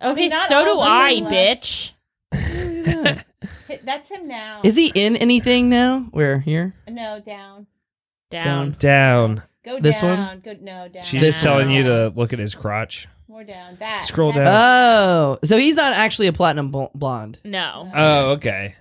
S2: okay.
S3: Not
S2: So do
S3: all
S2: I,
S3: those are
S2: bitch.
S3: less- H- That's him now.
S4: Is he in anything now? Where here?
S3: No, down.
S2: Down.
S1: Down.
S3: Go
S4: This one?
S3: down. Go no down.
S1: She's
S4: This
S1: just telling
S3: one.
S1: you to look at his crotch.
S3: More down. That.
S1: Scroll
S3: that-
S1: down.
S4: Oh, so he's not actually a platinum bl- blonde.
S2: No.
S1: Oh, okay.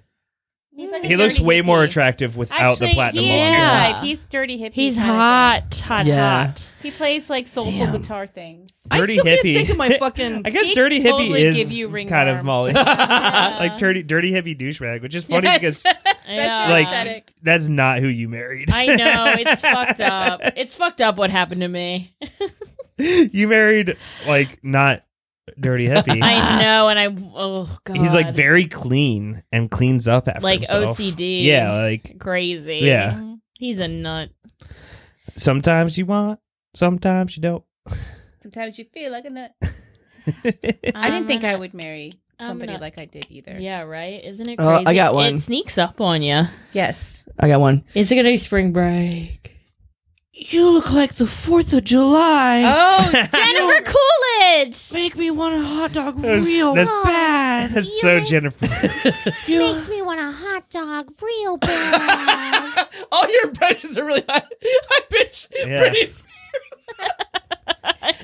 S3: He's like a
S1: He looks
S3: dirty
S1: way more
S3: hippie.
S1: attractive without
S3: Actually,
S1: the platinum
S3: he uh,
S1: on
S3: is
S2: blonde
S3: your
S2: hair.
S3: type. He's dirty hippie.
S2: He's
S3: kind of
S2: hot, hot,
S4: Yeah.
S2: hot.
S3: guy. He plays like soulful
S4: Damn.
S3: guitar things.
S1: Dirty
S4: I
S1: hippie.
S4: still can't think of my fucking.
S1: I guess
S3: He
S1: dirty hippie
S3: totally
S1: is
S3: give you ringworm.
S1: kind of Molly, like
S2: Yeah.
S1: dirty dirty hippie douchebag, which is funny
S3: Yes.
S1: because
S2: Yeah.
S3: your
S1: like
S3: aesthetic.
S1: that's not who you married.
S2: I know it's fucked up. It's fucked up what happened to me.
S1: you married like not dirty hippie.
S2: I know, and I oh god,
S1: He's like very clean and cleans up after
S2: Like
S1: himself.
S2: OCD.
S1: Yeah, like
S2: crazy.
S1: Yeah.
S2: he's a nut.
S1: sometimes you want, sometimes you don't.
S3: Sometimes you feel like a nut. I
S2: I'm
S3: didn't think
S2: a
S3: I
S2: nut.
S3: would marry
S2: I'm
S3: somebody
S2: not-
S3: like I did either.
S2: Um, Yeah, right. Isn't it?
S4: Oh, I
S2: Crazy?
S4: got one.
S2: It sneaks up on you.
S3: Yes.
S4: I got one.
S2: Is it gonna be spring break?
S4: You look like the Fourth of July.
S3: Oh,
S2: Jennifer Coolidge
S4: Make me want a hot dog
S1: That's-
S4: real
S1: that's-
S4: bad.
S1: That's so Jennifer.
S4: You-
S2: me want a hot dog real bad.
S4: All your impressions are really high. I bitch
S1: Yeah.
S4: Britney Spears.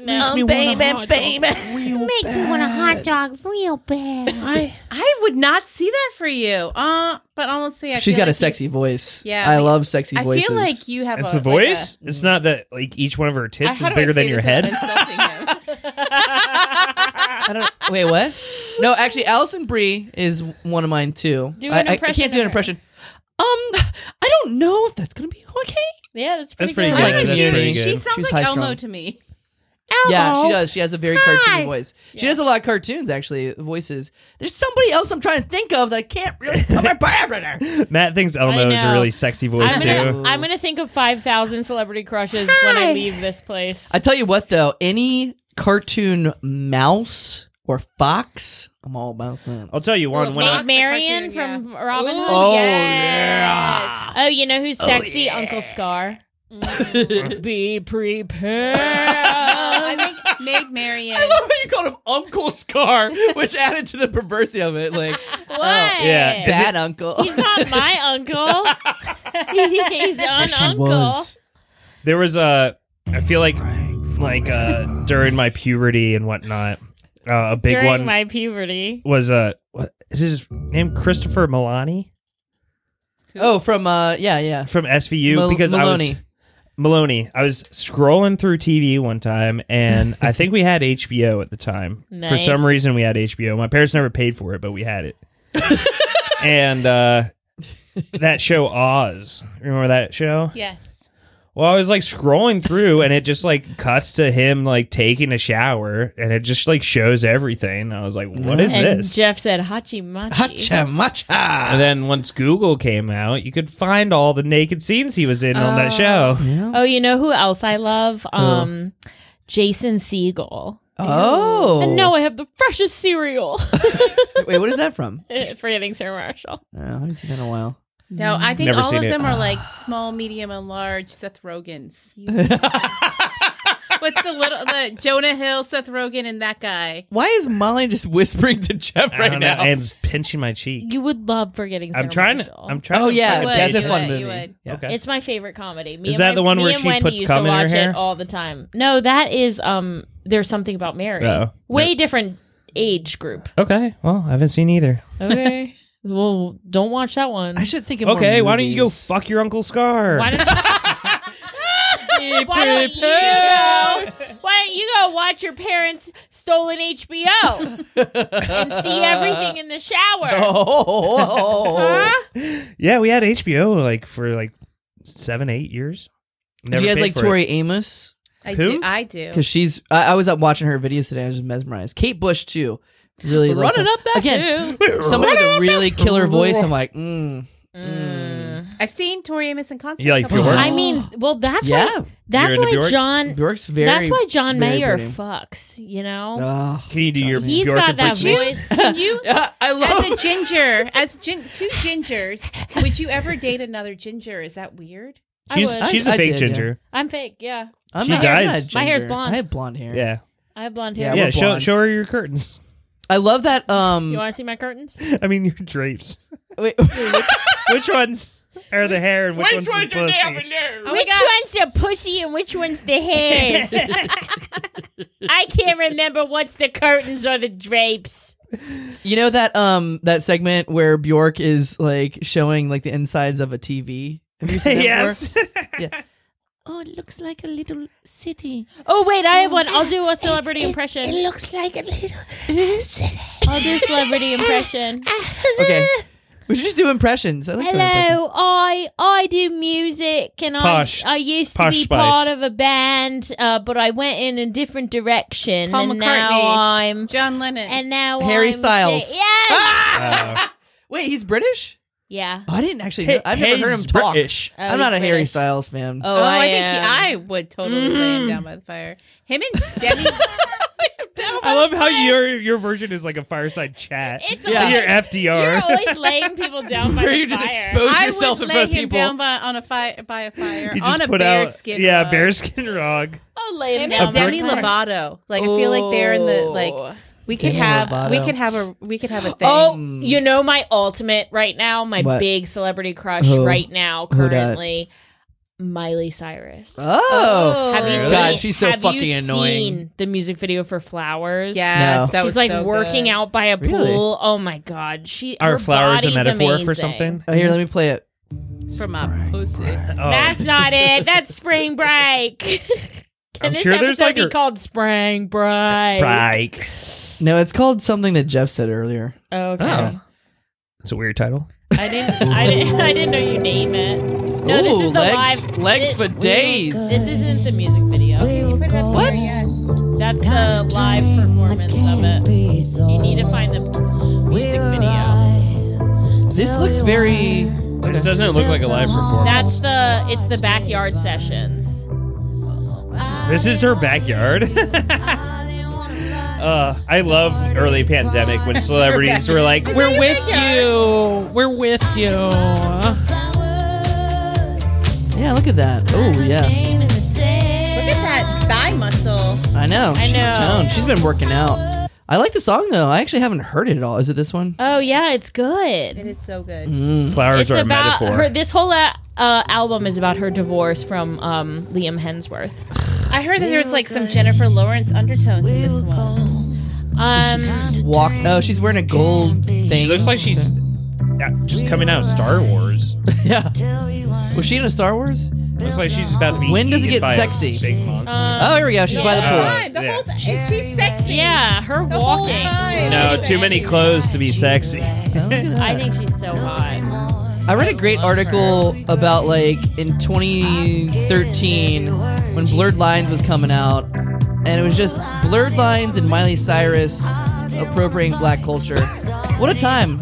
S2: no.
S4: baby, baby. Real
S2: Make me want a hot dog real bad.
S4: I,
S3: I would not see that for you. Uh, but honestly, I
S4: She's
S3: feel
S4: got
S3: like
S4: a sexy
S3: You,
S4: voice.
S3: Yeah,
S4: I
S3: but
S4: love sexy
S3: I
S4: voices.
S3: feel like you have
S1: It's
S3: a
S1: the voice. it's not that like each one of her
S3: Like a, I-
S1: tits
S3: how
S1: is
S3: do I
S1: bigger
S3: say
S1: than your
S3: this without
S1: head.
S3: insulting him?
S4: I don't. Wait, what? No, actually, Allison Brie is one of mine too.
S2: Do
S4: I,
S2: an
S4: I- I
S2: impression
S4: can't do
S2: of
S4: an
S2: her.
S4: impression. Um, I don't know if that's gonna be okay.
S2: yeah, that's pretty
S1: That's pretty
S2: good.
S1: good.
S3: I'm
S1: Yeah,
S3: like,
S1: that's
S3: she,
S1: pretty
S3: she
S1: good.
S3: sounds
S4: She's
S3: like
S4: high
S3: Elmo
S4: strung.
S3: to me.
S4: Yeah, she
S2: Elmo.
S4: does. She has a very
S2: Hi.
S4: cartoony voice. She does a lot of cartoons, actually. Voices. There's somebody else I'm trying to think of that I can't really put my brain right now.
S1: Matt thinks
S2: I
S1: Elmo is a
S2: know.
S1: really sexy voice
S2: I'm
S1: too.
S2: gonna, I'm gonna think of 5,000 celebrity crushes when I leave this place.
S4: I tell you what, though, any cartoon mouse or fox, I'm all about that.
S1: I'll tell you one. When
S3: Well,
S1: I,
S2: Maid
S3: Fox the
S2: Marian
S3: cartoon,
S2: from Robin Hood.
S4: Oh,
S3: yes.
S2: Oh, you know who's sexy? Uncle Scar. Be prepared.
S3: Um, I think Meg Marian.
S4: I love how you called him Uncle Scar, which added to the perversity of it. Like,
S2: what?
S1: Oh, yeah.
S4: bad uncle.
S2: He's not my uncle. He's an uncle.
S1: there was a. I feel like like uh, during my puberty and whatnot, uh, a big
S2: During
S1: one
S2: my puberty.
S1: was uh, what, is his name Christopher Milani
S4: Oh, from uh, yeah, yeah.
S1: from SVU
S4: Mal-
S1: because I
S4: Maloney.
S1: was Maloney. I was scrolling through TV one time, and I think we had HBO at the time. For
S2: Nice.
S1: some reason, we had HBO. My parents never paid for it, but we had it. and uh, that show Oz. Remember that show?
S3: Yes.
S1: Well, I was like scrolling through, and it just like cuts to him like taking a shower, and it just like shows everything. I was like, "What is
S2: and
S1: this?"
S2: Jeff said Hachimachi.
S4: Hacha
S1: and
S4: macha.
S1: then once Google came out, you could find all the naked scenes he was in on that show.
S2: Oh, you know who else I love? Um, Jason Siegel.
S4: Oh,
S2: And now I have the freshest cereal.
S4: Wait, what is that from?
S2: Forgetting Sarah Marshall.
S4: Oh, I haven't seen that in a while.
S3: No, I think
S1: Never
S3: all
S1: seen
S3: of
S1: it.
S3: them are like small, medium, and large Seth Rogans. What's the little the Jonah Hill, Seth Rogen, and that guy?
S4: Why is Molly just whispering to Jeff
S1: I
S4: right
S1: don't know.
S4: now?
S1: and it's pinching my cheek.
S2: You would love Forgetting Sarah
S1: I'm trying to.
S2: Marshall.
S1: I'm trying.
S4: oh
S1: to
S4: yeah,
S1: find
S3: would,
S4: that's a
S3: you
S4: fun
S3: would,
S4: movie.
S3: you would.
S4: Yeah.
S1: Okay.
S2: It's my favorite comedy. Me
S1: Is
S2: and
S1: that
S2: my-
S1: the one
S2: me
S1: where
S2: and
S1: she
S2: Wendy
S1: puts
S2: used
S1: cum
S2: to
S1: in her
S2: watch
S1: hair?
S2: It all the time. No, that is um. There's something about Mary.
S1: Oh.
S2: Way different age group.
S1: Okay. Well, I haven't seen either.
S2: Okay. well, don't watch that one.
S4: I should think of
S1: Okay.
S4: more
S1: Why don't you go
S4: movies.
S1: fuck your uncle Scar?
S2: Why don't, why don't you go? Why don't you go watch your parents' stolen HBO and see everything in the shower?
S4: Oh, oh, oh, oh.
S2: Huh?
S1: yeah, we had HBO like for like seven, eight years. Never
S4: Do you guys
S1: paid
S4: like
S1: for
S4: Tori
S1: it.
S4: Amos?
S3: I
S1: Who?
S3: do. I do.
S4: Because she's, I, I was up watching her videos today. I was just mesmerized. Kate Bush too, really
S7: Run
S4: loves
S7: it
S4: her.
S7: up that
S4: again.
S7: hill.
S4: Somebody with a really killer voice. I'm like, mm.
S2: Mm.
S3: I've seen Tori Amos in concert.
S1: You like
S3: a couple
S1: Bjork?
S3: times.
S2: I mean, well, that's
S4: yeah.
S2: why. That's
S1: Oh. into
S2: why
S1: Bjork?
S2: John.
S4: Bjork's very.
S2: that's why John
S4: very
S2: Mayer
S4: pretty.
S2: fucks. You know,
S4: Oh.
S1: Can you do your?
S2: he's
S1: Bjork
S2: got that
S1: impersonation?
S2: voice.
S3: Can you,
S4: I
S3: as a
S4: love.
S3: ginger, as gin, two gingers, would you ever date another ginger? Is that weird?
S2: I
S1: She's
S2: would.
S1: she's
S4: I-
S1: a
S4: I
S1: fake
S4: did, yeah.
S1: ginger.
S2: I'm fake. Yeah,
S4: I'm
S1: She
S4: not,
S1: dies.
S4: I'm not
S2: My hair's
S4: ginger.
S2: blonde.
S4: I have blonde hair.
S1: Yeah.
S2: I have blonde
S4: Yeah,
S2: hair.
S1: Yeah.
S4: we're
S1: show
S4: blondes.
S1: show her your curtains.
S4: I love that. Um.
S2: You want to see my curtains?
S1: I mean your drapes.
S4: wait,
S1: Which ones are the hair and which, ones, the pussy?
S3: Oh
S2: which one's the pussy and which one's the hair? I can't remember what's the curtains or the drapes.
S4: you know that um that segment where Bjork is like showing like the insides of a TV. Have you seen that before?
S1: yes.
S4: Oh, it looks like a little city.
S2: Oh wait, I have one. I'll do a celebrity impression. It looks like a little city. Uh, I'll do celebrity impression.
S4: Okay. We should just do impressions. I like doing
S2: Hello, I I do music and
S1: Posh.
S2: I I used to
S1: Posh
S2: be
S1: Spice.
S2: part of a band, uh, but I went in a different direction
S3: Paul
S2: and now
S3: McCartney.
S2: I'm
S3: John Lennon.
S2: and now
S4: Harry
S2: I'm
S4: Styles.
S2: Yes.
S4: Ah! Wait, he's British?
S2: Yeah.
S4: Oh, I didn't actually.
S1: Hey-
S4: know. I've never heard him
S1: he's
S4: talk.
S1: British.
S2: Oh,
S4: I'm not a
S2: he's
S4: Harry
S2: British.
S4: Styles fan.
S2: Oh,
S3: oh, I,
S2: I,
S3: think
S2: am.
S3: he, I would totally lay him down by the fire. Him and Demi.
S1: I love how your your version is like a fireside chat.
S2: It's yeah.
S4: Yeah.
S1: Your
S2: You're,
S1: FDR.
S2: always laying people down by
S4: Where
S2: the
S4: you just
S2: fire.
S4: expose
S3: I
S4: yourself in
S3: would lay
S4: front of
S3: him
S4: people.
S3: down by, on a fire by a fire
S1: you
S3: on
S1: just
S3: a
S1: put
S3: bear
S1: out
S3: skin.
S1: yeah
S3: rug.
S1: bearskin rug.
S2: I'll lay him
S3: Him
S2: Oh, down
S3: and
S1: A
S2: by
S3: Demi
S2: the fire.
S3: Lovato. Like I feel like they're in the like
S2: Oh.
S3: we could
S4: Demi
S3: have we
S4: Lovato.
S3: could have a we could have a thing.
S2: Oh, you know my ultimate right now, my
S4: What?
S2: big celebrity crush
S4: Who?
S2: right now,
S4: Who dat?
S2: currently, Miley Cyrus.
S4: Oh.
S2: Have you
S4: God,
S2: seen?
S4: she's so
S2: have you
S4: fucking annoying.
S2: seen the music video for Flowers.
S3: Yes,
S4: No.
S3: that
S2: she's
S3: was
S2: like
S3: so
S2: working
S3: good.
S2: out by a pool.
S4: Really?
S2: Oh my god, she. her
S1: Are flowers a
S2: body's
S1: metaphor for
S2: amazing.
S1: something?
S4: Oh, here, let me play it.
S3: from up.
S7: Pussy.
S1: Oh.
S2: That's not it. That's spring break. Can
S1: I'm
S2: this
S1: sure
S2: episode
S1: there's like
S2: be
S1: a-
S2: called spring break?
S1: Right.
S4: No, it's called something that Jeff said earlier.
S2: Okay.
S1: Oh. It's a weird title.
S2: I didn't. I didn't. I didn't know you name it. No, this
S4: Ooh,
S2: is the
S4: legs,
S2: live.
S4: legs
S2: thi-
S4: for days.
S2: This isn't the music video. What? That's the live performance of it. You need to find the music video.
S4: This looks very.
S8: This doesn't look like a live performance.
S2: That's the. It's the backyard sessions.
S1: This is her backyard. Uh, I love early pandemic when celebrities were like, "We're with you, we're with you."
S4: Yeah, look at that. Oh yeah,
S3: Look at that thigh muscle.
S4: I know. I
S2: know.
S4: She's been working out. I like the song though. I actually haven't heard it at all. Is it this one?
S2: Oh yeah, it's good.
S3: It is so good.
S1: Flowers
S2: It's
S1: are a
S2: about
S1: metaphor.
S2: her. This whole uh, uh, album is about her divorce from um, Liam Hemsworth.
S3: I heard that there's like some Jennifer Lawrence undertones in this one.
S2: Um,
S4: Walk. Oh, she's wearing a gold thing.
S1: She looks like she's yeah, just coming out of Star Wars.
S4: yeah. Was she in a Star Wars?
S1: Looks like she's about to be.
S4: When does it
S1: eaten
S4: get
S1: by a
S4: sexy?
S1: big monster.
S2: Uh,
S4: Oh, here we go. She's by the
S1: Yeah.
S4: pool.
S1: Uh,
S3: Time, the
S1: yeah.
S3: whole time. And she's sexy.
S2: yeah, her
S3: The whole
S2: walking.
S3: time.
S1: no, too many clothes to be sexy.
S4: Oh, look at
S2: I
S4: that.
S2: think she's so hot.
S4: I read a great article about like in 2013 when Blurred Lines was coming out, and it was just Blurred Lines and Miley Cyrus appropriating black culture. What a time!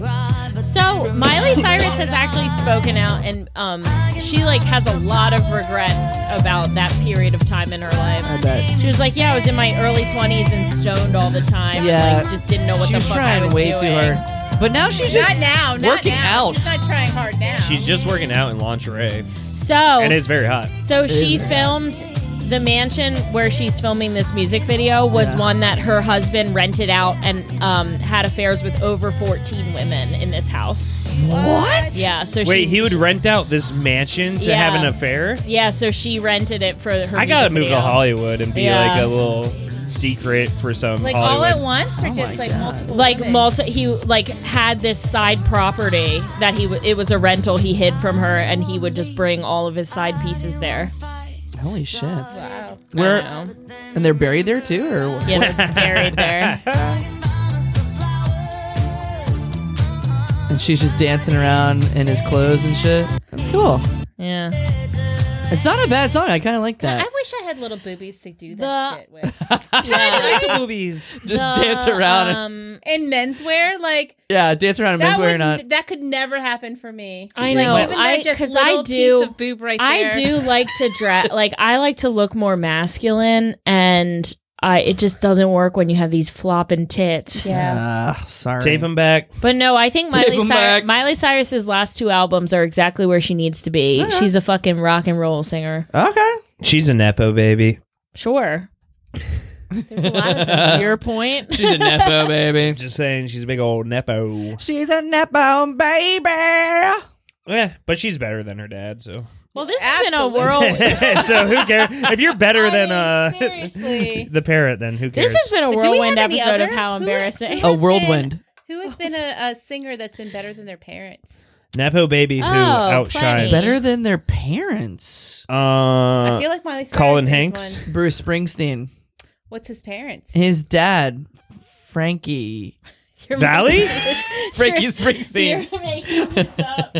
S2: So Miley Cyrus has actually spoken out, and um, she like has a lot of regrets about that period of time in her life.
S4: I bet.
S2: She was like, "Yeah, I was in my early 20s and stoned all the time.
S4: Yeah.
S2: like, just didn't know what
S4: she
S2: the
S4: was
S2: fuck I
S4: trying
S2: was
S4: way
S2: doing."
S4: too hard. But now she's just
S3: Not now. Not
S4: working
S3: now.
S4: out.
S3: She's not trying hard now.
S8: She's just working out in lingerie.
S2: So
S1: And it's very hot.
S2: So she
S4: is.
S2: filmed the mansion where she's filming this music video was one that her husband rented out and um, had affairs with over 14 women in this house.
S4: What?
S2: Yeah, so
S1: Wait,
S2: she,
S1: he would rent out this mansion to have an
S2: Yeah.
S1: affair?
S2: yeah, so she rented it for her.
S1: I gotta
S2: music
S1: move
S2: video.
S1: to Hollywood and be
S2: Yeah.
S1: like a little secret for some
S3: Like all
S1: Hollywood.
S3: at once, or
S2: Oh
S3: just like multiple?
S2: Like
S3: women?
S2: multi, he like had this side property that he w- it was a rental he hid from her, and he would just bring all of his side pieces there.
S4: Holy shit.
S3: Wow.
S4: Where
S2: I don't know.
S4: and they're buried there too, or what?
S2: Yeah, they're buried there.
S4: and she's just dancing around in his clothes and shit. That's cool.
S2: Yeah.
S4: It's not a bad song. I kind of like
S3: I
S4: that.
S3: wish I had little boobies to do that
S2: The-
S3: shit with.
S4: Just dance around. and-
S2: Um,
S3: In menswear, like
S4: yeah, dance around in
S3: that
S4: menswear
S3: would
S4: or not.
S3: that could never happen for me.
S2: I
S3: Like,
S2: know.
S3: even that
S2: I
S3: just
S2: because I
S3: little
S2: do.
S3: piece of boob right
S2: I
S3: there.
S2: do like to dress. like I like to look more masculine, and I it just doesn't work when you have these flopping tits.
S3: Yeah.
S4: Ah, sorry.
S1: Tape him back.
S2: But no, I think
S4: Take
S2: Miley,
S4: 'em
S2: Cyrus
S4: back.
S2: Miley Cyrus's last two albums are exactly where she needs to be. She's a fucking rock and roll singer.
S4: Okay.
S1: She's a nepo baby.
S2: Sure,
S3: There's a lot of them.
S2: your point.
S4: She's a nepo baby.
S1: Just saying, she's a big old nepo.
S4: She's a nepo baby.
S1: Yeah, but she's better than her dad, so.
S2: well, this
S3: Absolutely.
S2: has been a whirl.
S1: so who cares? If you're better
S3: I
S1: than
S3: mean,
S1: uh
S3: seriously.
S1: the parrot, then who cares?
S2: This has been a
S3: we
S2: whirlwind
S3: have any
S2: episode of
S3: other?
S2: how
S3: Who-
S2: embarrassing.
S3: who-
S4: A
S3: Who's
S4: whirlwind.
S3: Who has been a, a singer that's been better than their parents?
S1: nepo baby who
S2: Oh,
S1: outshines.
S2: plenty.
S4: Better than their parents.
S1: Uh,
S3: I feel like Miley. Cyrus
S1: Colin
S3: is
S1: Hanks?
S3: one.
S4: Bruce Springsteen.
S3: What's his parents?
S4: His dad, Frankie.
S2: You're
S1: Valley?
S4: Frankie
S2: You're
S4: Springsteen.
S2: making this up.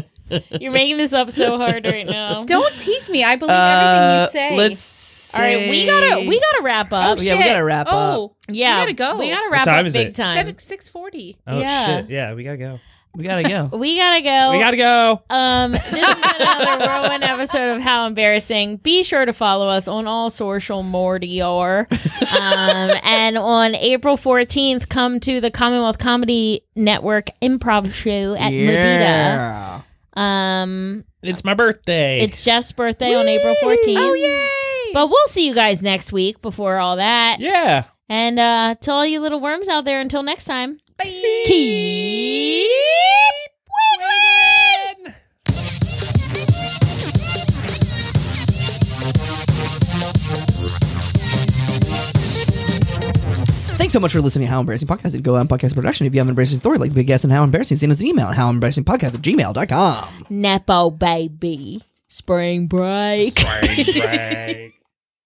S2: You're making this up so hard right now.
S3: Don't tease me. I believe
S4: Uh,
S3: everything you say.
S4: let's.
S2: All right, we gotta we gotta wrap up.
S4: yeah, we
S3: Shit.
S4: gotta wrap
S3: oh,
S4: up.
S2: yeah,
S3: we gotta go.
S2: We gotta wrap
S1: time
S2: up
S1: is
S2: big
S1: it?
S2: time.
S3: Seven six forty.
S1: oh
S2: Yeah.
S1: shit! Yeah, we gotta go.
S4: We gotta go.
S2: We gotta go.
S1: We gotta go.
S2: um, this is another whirlwind episode of How Embarrassing. Be sure to follow us on all social Mordior. Um, and on April 14th, come to the Commonwealth Comedy Network improv show at
S4: yeah.
S2: Medina. Um,
S1: It's my birthday.
S2: it's Jeff's birthday on April 14th. Oh, yay! But we'll see you guys next week before all that.
S1: yeah.
S2: And uh, to all you little worms out there, until next time, keep wiggling!
S4: Thanks so much for listening to How Embarrassing Podcast. Go on podcast production. If you have an embarrassing story, like the big guest and How Embarrassing, send us an email at howembarrassingpodcast at gmail.com.
S2: Nepo baby. Spring break.
S1: Break, break.